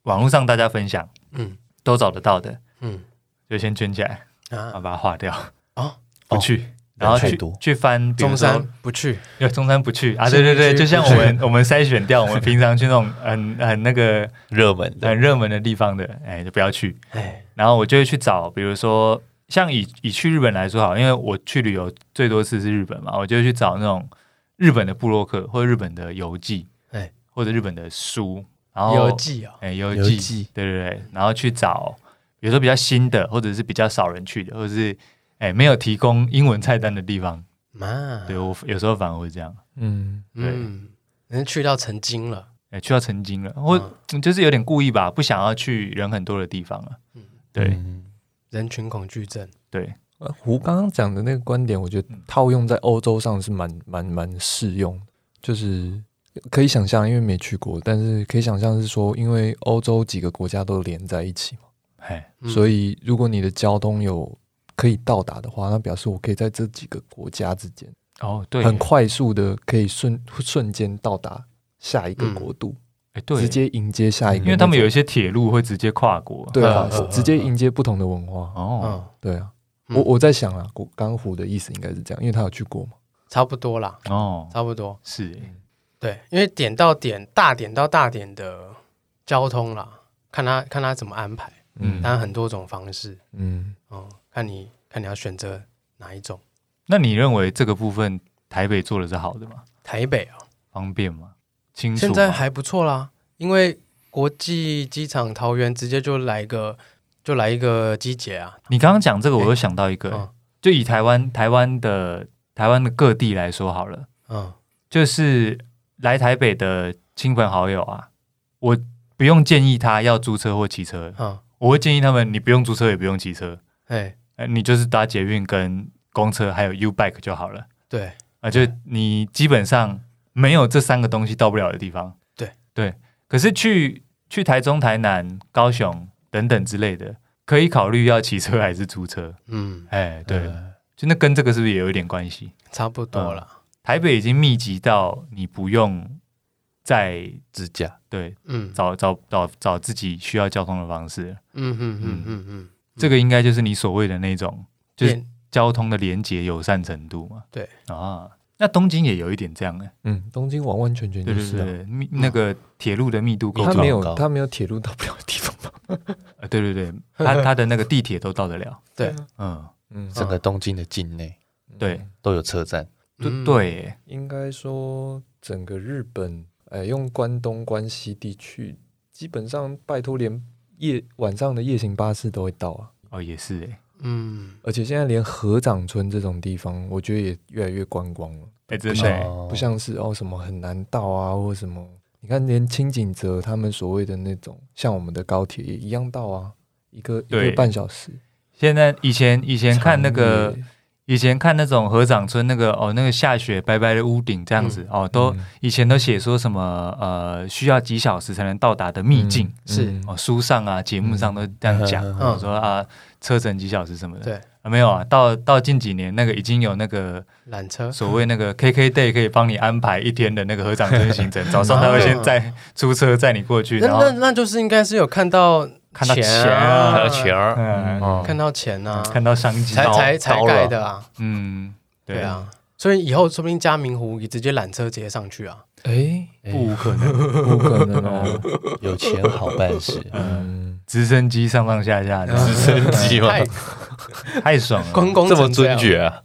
网络上大家分享
嗯
都找得到的，
嗯
就先圈起来，然后
啊，
把它划掉，
哦，
不去，然后
人
去
太多
去翻比如
中
说
山，不去，
对中山不去啊，
信
对
义
对对，
区
就像
不
我
去
们我们筛选掉我们平常去那种很很那个
热门的
很热门的地方的，哎，就不要去。
哎，
然后我就会去找，比如说像以以去日本来说好，因为我去旅游最多次是日本嘛，我就会去找那种日本的部落客或者日本的游记，
哎
或者日本的书，然后
游记哦，
哎，游
游
记，
记
对对对，然后去找，比如说比较新的，或者是比较少人去的，或者是哎没有提供英文菜单的地方，
嘛，
对我有时候反而会这样，
嗯，
嗯，人家去到成精了，
哎，去到曾经了，或、
嗯
嗯就是有点故意吧，不想要去人很多的地方了，
嗯
对、
嗯
人群恐惧症，
对，
呃胡刚刚讲的那个观点，我觉得
嗯
套用在欧洲上是蛮蛮蛮适用的，就是可以想象，因为没去过，但是可以想象是说，因为欧洲几个国家都连在一起嘛，
哎，
所
以
以如果你的交通有可以到达的话，那表示我可以在这几个国家之间
哦对，
很快速的可以瞬瞬间到达下一个
嗯
国度，
哎，对
直，接迎接下一个那种，
因为他们呃有一些铁路会直接跨国。
对啊
嗯嗯，嗯
直接迎接不同的文化。
哦，
嗯，
对啊，
嗯
我我在想啊，古刚湖的意思应该是这样，因为他有去过嘛。
差不多啦，
哦，
差不多。
是耶，
对，因为点到点、大点到大点的交通啦，看他看他怎么安排，
嗯
当然很多种方式，
嗯，
哦、看你看你要选择哪一种。
那你认为这个部分台北做的是好的吗？
台北啊，
方便吗？清楚吗？
现在还不错啦，因为国际机场桃园直接就来一个就来一个机捷啊，
你刚刚讲这个，我又想到一个，
嗯
就以台湾台湾的台湾的各地来说好了，
嗯
就是来台北的亲朋好友啊，我不用建议他要租车或骑车，
嗯，
我会建议他们，你不用租车也不用骑车，
哎，
呃，你就是搭捷运跟公车还有 U Bike 就好了，
对，
啊，就你基本上没有这三个东西到不了的地方。
对
对，可是去去台中、台南、高雄等等之类的，可以考虑要骑车还是租车。
嗯，
哎，对，
嗯
就那跟这个是不是也有一点关系？
差不多啦，
台北已经密集到你不用再
自驾，
对
嗯
找找找找自己需要交通的方式了，
嗯嗯嗯嗯嗯，
这个应该就是你所谓的那种就是
变
交通的连接友善程度嘛。
对
啊，那东京也有一点这样哎、
嗯，东京完完全全
对
就
对
是、
对
啊，
对，密那个铁路的密度够
他
高
没，
高
有他没有铁路到不了的地方嘛。
呃对对对，他他的那个地铁都到得了。
对
嗯，
嗯，
整个东京的境内
对
都有车站，
对
嗯
对耶，
应该说整个日本，呃，用关东、关西地区，基本上拜托连夜晚上的夜行巴士都会到啊。
哦也是哎，
嗯，
而且现在连合掌村这种地方，我觉得也越来越观光了，
哎真的耶
哦
不像是哦什么很难到啊，或什么。你看，连清景泽他们所谓的那种，像我们的高铁也一样到啊，一个一
对
个半小时。
现在以前以前看那个
长野
以前看那种合掌村那个哦，那个下雪白白的屋顶这样子、哦，都、
嗯
以前都写说什么呃，需要几小时才能到达的秘境、
是
嗯
哦，书上啊节目上都这样讲，
嗯
哦说啊车程几小时什么的。
对，
啊、没有啊，到到近几年那个已经有那个
缆车，
所谓那个 KK Day 可以帮你安排一天的那个合掌村行程，早上他会先载出车载你过去，
那
然后
那那就是应该是有看到
看到
钱
啊
啊，
还有钱儿，
嗯、
哦
看到钱啊，
看到商机，
才才才
刀了
盖的啊，
嗯
对，啊，所以以后说不定嘉明湖也直接缆车直接上去啊，
哎，
不可能。
呃不可能哦。
有钱好办事，
嗯，
呃直升机上上下下的，
直升机嘛，
太
太爽了。
观光
这么
成
尊
样，
爵啊，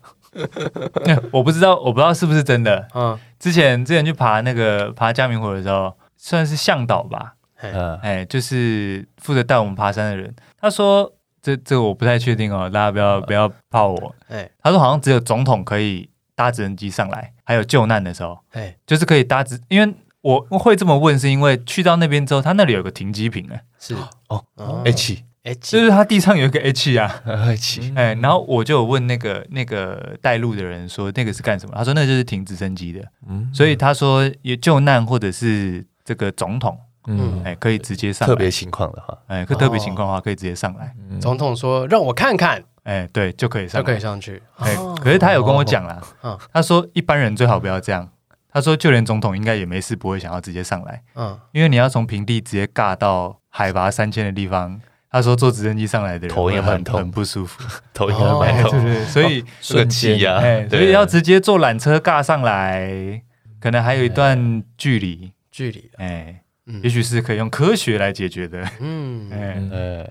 我不知道，我不知道是不是真的。
嗯，
之前之前去爬那个爬嘉明湖的时候，算是向导吧，
嗯，
哎，就是负责带我们爬山的人，他说这这我不太确定哦，大家不要不要怕我。
哎
他说好像只有总统可以搭直升机上来，还有救难的时候，
哎，
就是可以搭直，因为。我会这么问，是因为去到那边之后，他那里有个停机坪，哎，
是
哦
哦
H
就
H
是他地上有一个 H 啊，
H，
哎、然后我就有问那个那个带路的人说那个是干什么？他说那就是停直升机的，
嗯
所以他说有救难或者是这个总统，
嗯
哎、可以直接上来
特别情况的话，
哎，可特别情况的话可以直接上来，
嗯
总统说让我看看，
哎、对，就可以上
就
来，
可以上去，
哎、
哦
可是他有跟我讲啦，
哦
他说一般人最好不要这样，他说就连总统应该也没事不会想要直接上来，
嗯，
因为你要从平地直接尬到海拔三千的地方。他说坐直升机上来的人
头也
会
很
很
痛
很不舒服，
头应该
哎
蛮
对
痛，
对，对所以
这个气压
哎，，所
哦对
以要直接坐缆车尬上来，可能还有一段距离，
距离，
哎，
嗯
也许是可以用科学来解决的，
嗯，
哎，
呃，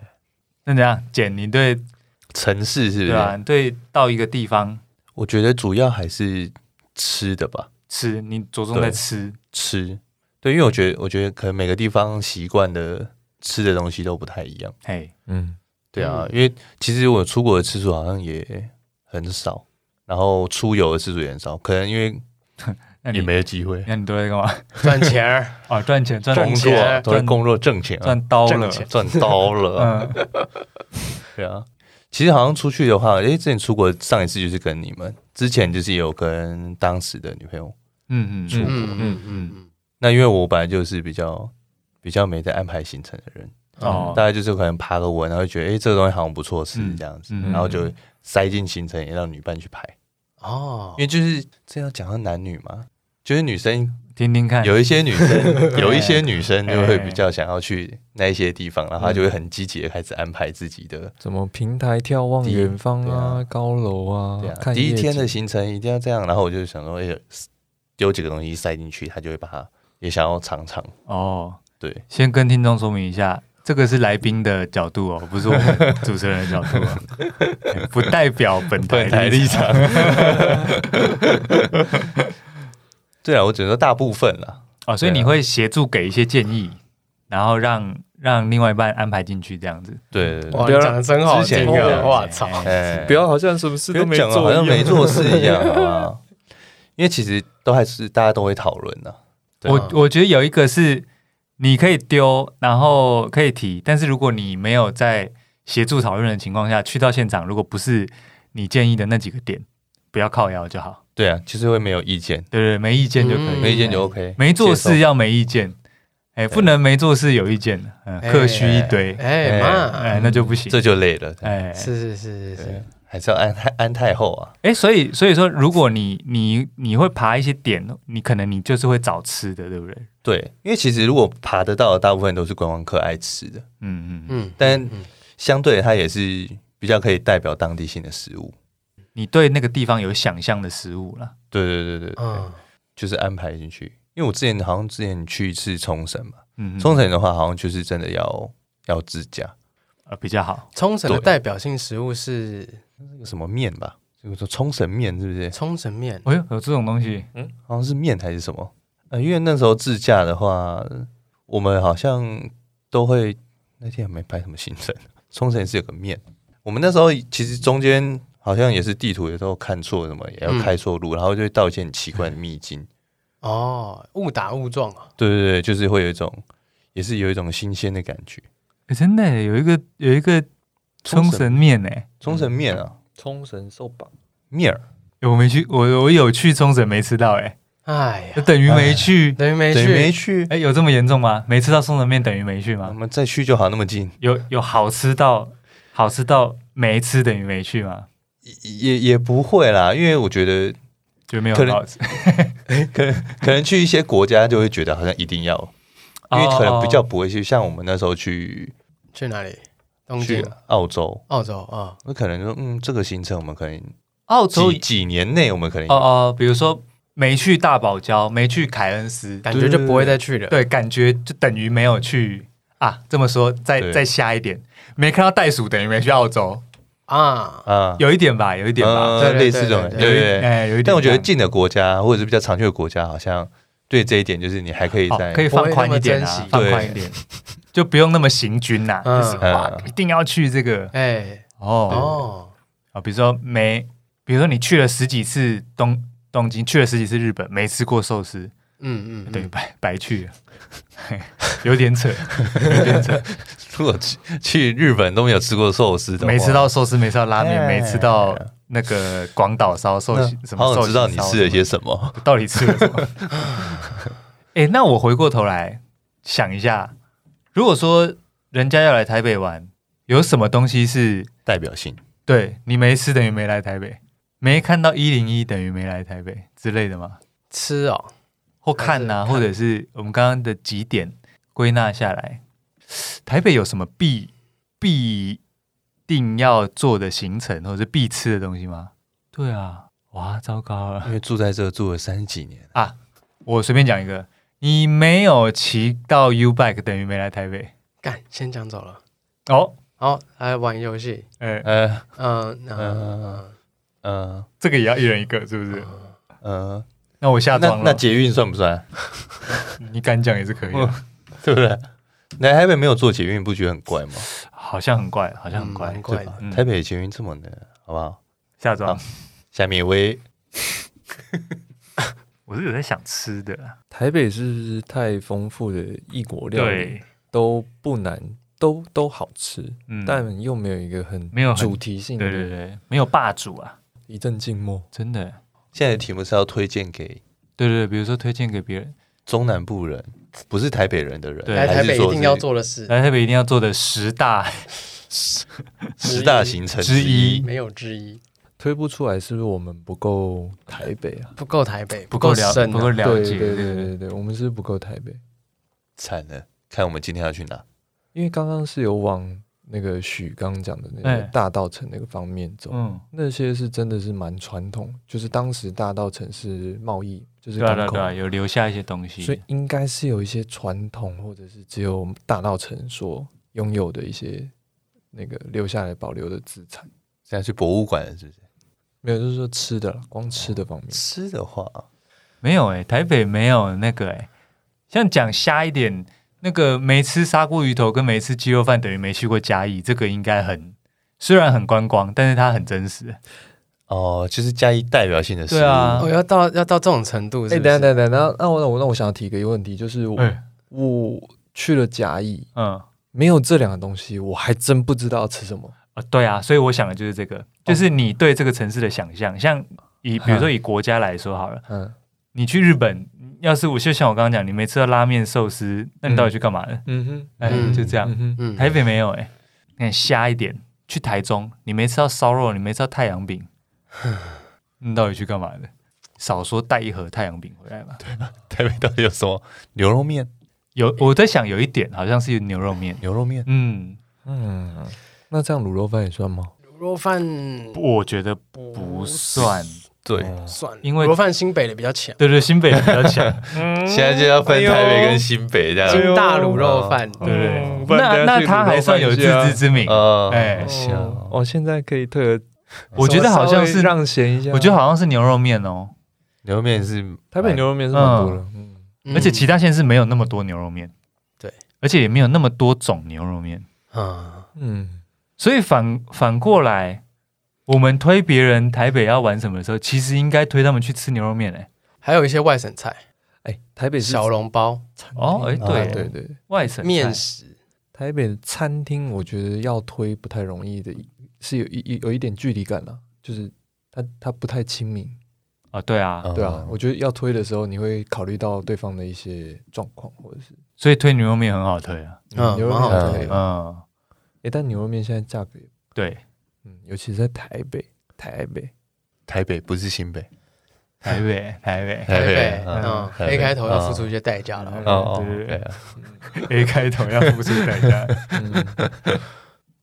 那怎样？简，你对
城市是不
对吧？
是？
你对到一个地方
我觉得主要还是吃的吧，
吃，你着重在吃，
吃，对，因为我觉得，我觉得可能每个地方习惯的吃的东西都不太一样，
哎，
嗯
对啊，因为其实我出国的次数好像也很少，然后出游的次数也很少，可能因为
那你
也没有机会，
那你都在干嘛？
赚钱儿，
哦，赚钱，赚
工
钱
作啊都在
赚
工作挣钱啊，
赚刀了
挣，钱
赚刀了啊，
嗯，
对啊。其实好像出去的话，诶，之前出国上一次就是跟你们，之前就是也有跟当时的女朋友
嗯 嗯，
嗯嗯嗯
那因为我本来就是比较比较没在安排行程的人，
嗯，哦，
哦，
大概就是可能爬个文，然后就觉得哎、诶这个东西好像不错吃
嗯
这样子，
嗯
然后就塞进行程，也让女伴去排。
哦
因，为就是这要讲到男女嘛，就是女生
听听
哎
看。
有一些女 生，有一些女生就会比较想要去那一些地方，然后她就会很积极的开始安排自己的。
怎么平台眺望
第一
远方
对
啊，高楼啊
对，啊，
看
第一
夜
天
景
的行程一定要这样。然后我就想说，哎、丢几个东西塞进去，她就会把它也想要尝尝。
哦，
对，
先跟听众说明一下，这个是来宾的角度哦，不是我 们主持人的角度哦，对不代表本
本台
台
立
场。
场。 对啊，我只能说大部分啦。
哦，所以
对啊
你会协助给一些建议，然后让让另外一半安排进去这样子。
对对对，
哇，
不
你
要
讲的真好
之前
听
有
啊！哇操，
哎
不要好像什么事
不要
都没
讲了，
做
好
一
像
样，
没做事
啊
一样，好吧？因为其实都还是大家都会讨论的。对啊
我我觉得有一个是你可以丢，然后可以提，但是如果你没有在协助讨论的情况下去到现场，如果不是你建议的那几个点，不要靠腰就好。
对啊，其实会没有意见，
对对对，没意见就可以，哎
嗯
没意见就 OK。
没做
接
事
受，
要没意见，哎，不能没做事有意见，嗯，
哎
客虚一堆，哎，
哎妈，
那就不行，
这就累了。
哎
是是是是
对
是，
还是要安太安太后啊。
哎，所以所以说，如果你你你会爬一些点，你可能你就是会找吃的，对不对？
对，因为其实如果爬得到的，大部分都是观光客爱吃的，
嗯嗯嗯，
嗯，
但相对的它也是比较可以代表当地性的食物。
你对那个地方有想象的食物啦。
对对对对，
嗯，
就是安排进去。因为我之前好像之前去一次冲绳嘛，
嗯，嗯
冲绳的话好像就是真的要要自驾，
呃比较好。
冲绳的
对
代表性食物是
那个什么面吧，这个说冲绳面是不是？
冲绳面，
哎呦，有这种东西，
好像是面还是什么？呃，因为那时候自驾的话，我们好像都会那天也没拍什么行程，冲绳也是有个面。我们那时候其实中间好像也是地图有时候看错什么，也要开错路，然后就会到一些很奇怪的秘境。
哦，误打误撞啊，
对对对，就是会有一种，也是有一种新鲜的感觉。
哎真的有一个有一个冲绳面呢。
冲绳面啊，
冲绳受绑，
面儿
哎我没去，我我有去冲绳没吃到，哎，
哎
就
呀，
等于没去。
等于没
等于没去，
去，
啊
哎，有这么严重吗？没吃到冲绳面等于没去
我
吗？
们再去就好，那么近，
有有好吃到好吃到没吃等于没去吗？
也也不会啦，因为我觉得
就没有
可
很
能
好吃，
可能可能去一些国家就会觉得好像一定要，因为可能比较
哦
不会去，像我们那时候去
去哪里？东
去
京、啊
澳洲，
澳洲啊，
那可能说嗯，这个行程我们可能
澳洲
几几年内我们可能
哦哦，比如说没去大堡礁，没去凯恩斯，
感觉就不会再去了。
对，感觉就等于没有去啊。这么说，再
对
再下一点，没看到袋鼠等于没去澳洲，
啊，
啊，
有一点吧，有一点吧，
呃
对对
类似这种
对
感觉，
对
有
对
一
对对。
哎有一点这样。
但我觉得近的国家或者是比较常去的国家，好像对这一点就是你还可以
好
在
哦可以放宽一点
不
啊
会，那么珍惜
放宽一点， 就不用那么行军呐，
嗯
就是哇，一定要去这个
哎，
哦
哦，
啊，比如说没，比如说你去了十几次东东京，去了十几次日本，没吃过寿司，
嗯嗯，
等于
嗯，
白白去了， 有点扯，有点扯。
如果去去日本都没有吃过寿司的话，
没吃到寿司，没吃到拉面，
哎
没吃到那个广岛烧寿
那
喜什么
好
寿
想
喜
知道你
烧
吃了
什么
些什么。
到底吃了什么？ 哎、那我回过头来想一下，如果说人家要来台北玩，有什么东西是
代表性，
对你没吃等于没来台北，没看到一零一等于没来台北之类的吗？
吃哦，
或看呐、
还是看
或者是我们刚刚的几点归纳下来，台北有什么必必定要做的行程，或者是必吃的东西吗？对啊，哇，糟糕了
因为住在这住了三十几年，
啊！我随便讲一个，你没有骑到 U bike 等于没来台北
干，先讲走了。
哦。
好，来玩游戏。
呃，
呃
嗯，那
嗯呃
这个也要一人一个，是不是？
哦
呃，
那我下
那
装
那
了，
捷运算不算？
你敢讲也是可以啊
哦
的，
对不对？来台北没有做捷运，不觉得很怪吗？
好像很怪，好像很
嗯
怪
蛮。
对
怪的
吧？
嗯
台北捷运这么难，好不好？
下装
好，下面一位
我是有在想吃的啦，
台北是不是太丰富的异国料理，都不难，都都好吃，
嗯
但又没有一个很
没有很
主题性的，
对对对，没有霸主啊，
一阵静默。
真的。
现在的题目是要推荐给
对对，对比如说推荐给别人，
中南部人，不是台北人的人，
对
来
还
台
是
北
说
一定要
是
做的事
来台北一定要做的十大
十大行程
之一
一。
没有之一。
推不出来，是不是我们不够台北啊？
不够台北，
不够了
深、
不够
啊，
了
对
解，
对
对
对对对，我们是不够台北，
惨了，看我们今天要去哪？
因为刚刚是有往那个许刚讲的那
哎
个大道城那个方面走，
嗯，
那些是真的是蛮传统，就是当时大道城是贸易，就是
对啊对
港
啊
口
对啊，有留下一些东西，
所以应该是有一些传统，或者是只有大道城所拥有的一些那个留下来保留的资产。
现在去博物馆了是不是？
没有，就是说吃的啦，光吃的方面，
嗯
吃的话，
没有哎、台北没有那个哎、像讲瞎一点，那个没吃砂锅鱼头跟没吃鸡肉饭等于没去过嘉义，这个应该很虽然很观光，但是它很真实。
哦，就是加以代表性的食物。
对啊
哦，要到要到这种程度是
哎、
不是？
等一下等一下等一下，那那我那我那我想要提一个问题，就是我、
哎
我去了甲乙，
嗯
没有这两个东西，我还真不知道要吃什么。
啊，对啊，所以我想的就是这个，就是你对这个城市的想象，像以比如说以国家来说好了，
嗯
你去日本，要是我就像我刚刚讲，你没吃到拉面寿司，那你到底去干嘛呢？
嗯哼，
哎、
嗯
就这样。
嗯哼，
嗯，
台北没有哎、欸，你看瞎一点，去台中，你没吃到烧肉，你没吃到太阳 饼，你到底去干嘛的？少说带一盒太阳饼回来吧。
台北到底有什么？牛肉面，
有我在想，有一点好像是牛肉面，
牛肉面，
嗯，
嗯，那这样卤肉饭也算吗？
卤肉饭
我觉得不算，
对，
哦
算，
因为
卤肉饭新北的比较强，
对对，新北比较 强，
现在就要分
哎呦
台北跟新北这
哎
样。
金大卤肉饭，
对不对
嗯？不
那
然等下
那
去
他
卤肉
还算
饭
有
一
自
下
知之明。
呃，
哎
像
哦，我现在可以特尔，
我觉得好像
稍
是
微，让贤一下，
我觉得好像是牛肉面哦，
牛肉面是
台北牛肉面是蛮多的，嗯，
嗯
而且其他县市没有那么多牛肉面，
对，
而且也没有那么多种牛肉面。
嗯，
嗯，
所以反反过来，我们推别人台北要玩什么的时候，其实应该推他们去吃牛肉面哎、
还有一些外省菜，
哎，台北是
小笼包、
哦，哎、
啊
对、
对对，
外省菜
面食，
台北的餐厅我觉得要推不太容易的，是有一有一点距离感啦，就是它它不太亲民，
哦，对啊，
嗯
对啊，我觉得要推的时候你会考虑到对方的一些状况，或者是
所以推牛肉面很好推啊，
嗯
牛肉
蛮
面
好
还是
推
可以
的
的，
嗯，
哎，但牛肉面现在价格也，
对，
嗯，尤其是在台北，台北，
台北不是新北，
台北 台北
台
台北，
北
嗯
嗯
，A 开头要付出
嗯
一些代价了。
嗯
哦哦，
对
对啊，
A 开头要付出代价，
嗯，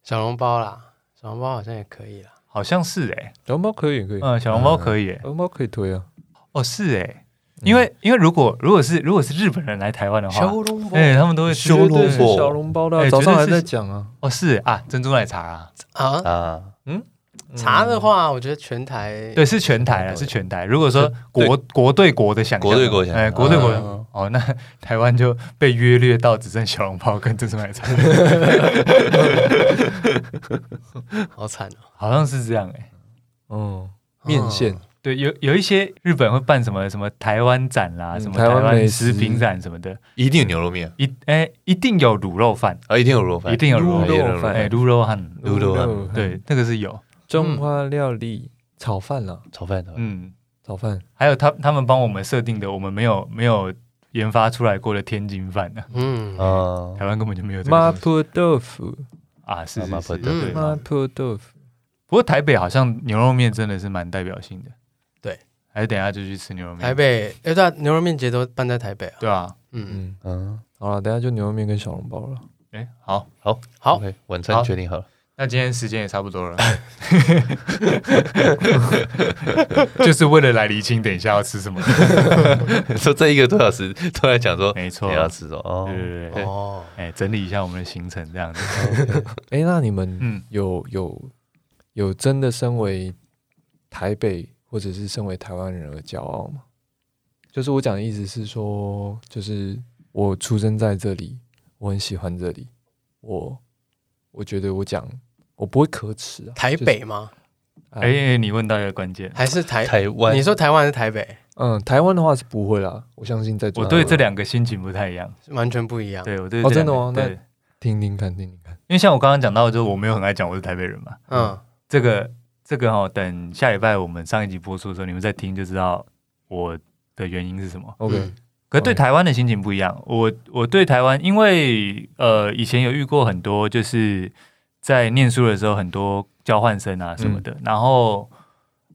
小笼包啦，小笼包好像也可以啦。
好像是哎、
小笼包可以可以，
嗯，小笼包可以、欸
小，笼包可以推啊，
哦是哎、因为因为如果如果是如果是日本人来台湾的话，
笼包
哎、他们都会
小笼包
绝对是小笼包的啊
哎，
早上还
绝
在
对是
讲啊，
哦是啊，珍珠奶茶啊，
啊，
啊，
嗯
茶的话，我觉得全台
对，是全台啊，
对
是全台。如果说国国对国的想象，
国对国想象
哎，国对国
嗯，
哦，那 台湾就被约略到只剩小笼包跟珍珠奶茶，
好惨哦。
好像是这样哎。
嗯，面线
哦，
对，有有一些日本会办什么什么台湾展啦，
嗯
什么
台
台
湾
湾
美
食
食
品展什么的，
一定有牛肉面，
一哎一定有卤肉饭，
啊，一定有卤肉饭，
一定有
卤
卤肉
肉
肉
饭
哎卤肉饭，
卤肉啊
饭
对，那个是有，
嗯中华料理炒饭啦，
炒饭，炒饭，
嗯，
炒饭
还有他他们帮我们设定的，我们没有没有研发出来过的天津饭
哦
呢，
嗯，
啊，
台湾根本就没有这
麻
个东西
婆豆腐，
啊，是
麻
是
婆
是，
豆
腐
对。
麻婆豆腐，
不过台北好像牛肉面真的是蛮代表性的。
对，
还是等一下就去吃牛肉面。
台北，哎，对啊，牛肉面节都办在台北啊。
对啊，
嗯，
嗯，
嗯，
好了，等一下就牛肉面跟小笼包了。
哎，好，
好
OK，晚餐
好
决定好了，
那今天时间也差不多了，就是为了来厘清等一下要吃什么。
说这一个多小时都在讲说
没错，
你要吃什么，哦
对对对对，
哦，
哎，整理一下我们的行程这样子。
哎、那你们
嗯，
有有有真的身为台北或者是身为台湾人而骄傲吗？就是我讲的意思是说，就是我出生在这里，我很喜欢这里，我我觉得我讲我不会可耻啊。
台
就是，
北吗？
哎、
哎，你问到一个关键，
还是台？
台湾
你，说台湾还是台北？
嗯，台湾的话是不会啦，我相信在座
我对这两个心情不太一样。
完全不一样。
对我对
哦
这两个
真的吗那
对，
听听看，听听看。
因为像我刚刚讲到，就是我没有很爱讲我是台北人嘛，
嗯，
这个这个哦，等下礼拜我们上一集播出的时候，你们再听就知道我的原因是什么。
OK，、
嗯
可是
OK
对台湾的心情不一样，我我对台湾，因为呃以前有遇过很多，就是在念书的时候很多交换生啊什么的，然后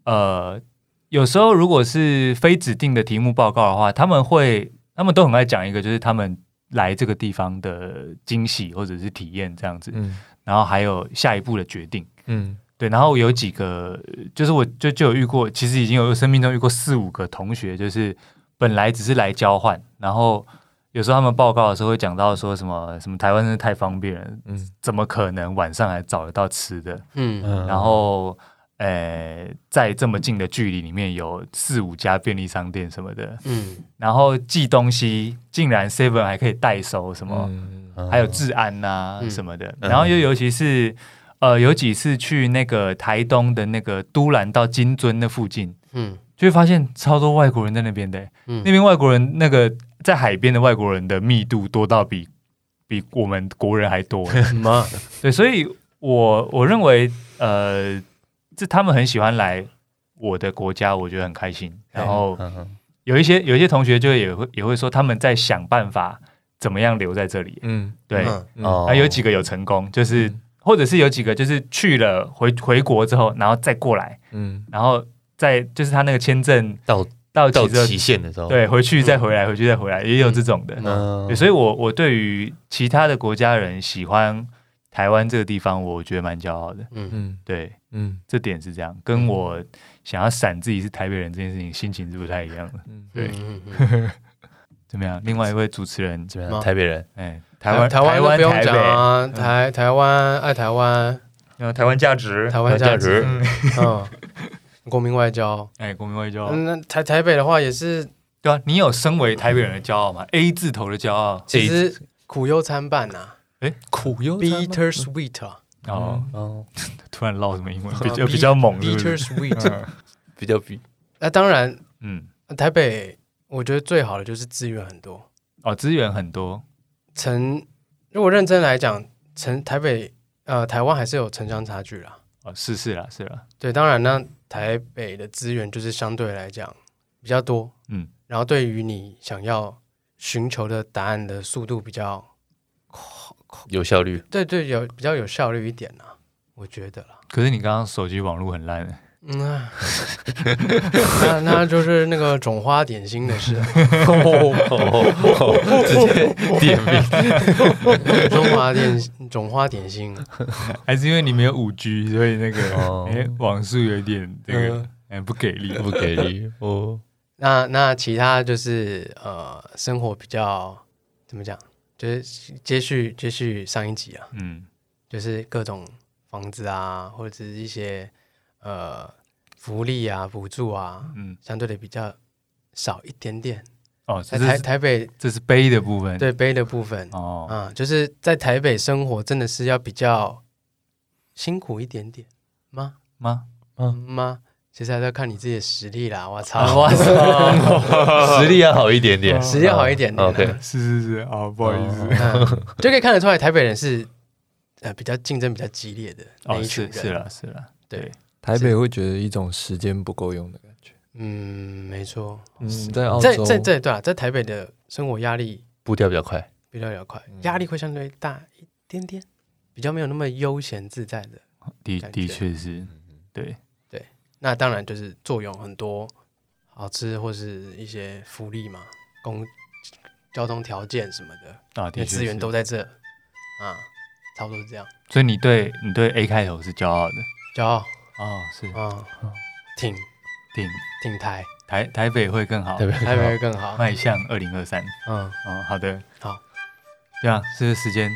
呃，有时候如果是非指定的题目报告的话，他们会他们都很爱讲一个，就是他们来这个地方的惊喜或者是体验这样子，
嗯
然后还有下一步的决定。
嗯
对，然后有几个，就是我就就有遇过，其实已经有生命中遇过四五个同学，就是本来只是来交换，然后有时候他们报告的时候会讲到说什么什么台湾真是太方便了，
嗯
怎么可能晚上还找得到吃的？
嗯，
嗯
然后，呃，在这么近的距离里面有四五家便利商店什么的，
嗯，
然后寄东西竟然 Seven 还可以代收什么，
嗯
还有治安呐、
嗯
什么的。
哦嗯
然后又尤其是呃，有几次去那个台东的那个都兰到金樽那附近，
嗯，
就会发现超多外国人在那边的、欸
嗯
那边外国人那个在海边的外国人的密度多到比比我们国人还多、欸
什么？
对，所以我我认为呃，这他们很喜欢来我的国家，我觉得很开心。然后
嗯嗯
有一些有一些同学就也会也会说他们在想办法怎么样留在这里。
嗯
对，
嗯
嗯
哦嗯
啊，有几个有成功，就是、或者是有几个就是去了回回国之后，然后再过来，
嗯
然后再就是他那个签证
到
到期
到
之后，
期限的时候，，
对，回去再回来，回去再回来，也有这种的。
嗯
对，所以我我对于其他的国家人喜欢台湾这个地方，我觉得蛮骄傲的。
嗯，
嗯
对，
嗯
这点是这样，跟我想要闪自己是台北人这件事情心情是不太一样的。
嗯
对
嗯，嗯嗯
怎么样？另外一位主持人，
怎么
吗
样？台北人，
哎，台湾
嗯台湾都
湾
不用
台
讲
北
啊，台台湾爱台湾，
呃，台湾价值，
台湾价值，
嗯
嗯，国民外交。
哎，国民外交，
嗯，那台台北的话也是，
对啊，你有身为台北人的骄傲吗？A
嗯
字头的骄傲
其实苦忧参半呐
苦忧
，bitter sweet 啊
哦，
哦，
突然唠什么英文，
啊
比较
，bi-
比较猛是不嗯
，bitter
是？
sweet。
比较比
那当然，
嗯，
台北我觉得最好的就是资源很多。
哦，资源很多，
城如果认真来讲，城台北呃台湾还是有城乡差距啦。
哦，是是啦是啦，
对，当然呢，台北的资源就是相对来讲比较多，
嗯，
然后对于你想要寻求的答案的速度比较，
有效率，
对对，有比较有效率一点啦，我觉得啦。
可是你刚刚手机网络很烂，
嗯、啊， 那那就是那个种花点心的事啊，
直接点名，
种花点种花点心，啊
还是因为你没有五 G，所以那个
哦
哎网速有一点这个
嗯
哎不给力。
不给力哦，
那那其他就是呃，生活比较怎么讲，就是接续接续上一集啊，
嗯，
就是各种房子啊，或者是一些呃福利啊、补助啊，
嗯
相对的比较少一点点。
哦，这
在台
是嗯
台北
这是悲的部分。
对杯的部分啊、
哦，
就是在台北生活真的是要比较辛苦一点点吗？
吗？
吗？其实还是要看你自己的实力啦。我操，
哇塞，
实力要好一点点，
啊实力要好一点点啊。
OK
是是是啊，不好意思。
嗯就可以看得出来，台北人是呃比较竞争比较激烈的那
哦，
一群
是是
人。
啦是啦，
对，
台北会觉得一种时间不够用的感觉。
嗯，没错，
嗯，在澳
在
洲，
在在对啊，在台北的生活压力
步调比较快，
比较要快，
嗯
压力会相对大一点点，比较没有那么悠闲自在的。
的
感
的
觉嗯
确是，对。
那当然就是作用很多好吃或是一些福利嘛，公交通条件什么的，
啊，
因
的确
为资源
是
都在这啊，差不多是这样。
所以你对你对 A 开头是骄傲的
骄傲
哦，是
啊，挺
顶
挺台，
台台北会更好
台，北
台北会更好。
迈向二零二三。
嗯，
哦，好的，
好，
对啊，这个时间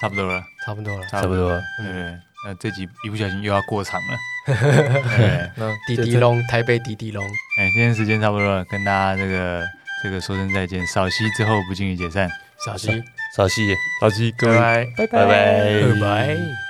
差不多了，
差不多了。
差不多了，
对
嗯
不对？那这集一不小心又要过 长了，对，
那
滴滴龙，台北滴滴龙，
哎，今天时间差不多了，跟大家这个这个说声再见，少息之后不敬礼解散，
小溪，
少西，
好，各
拜
位。
拜。
拜拜，
拜拜。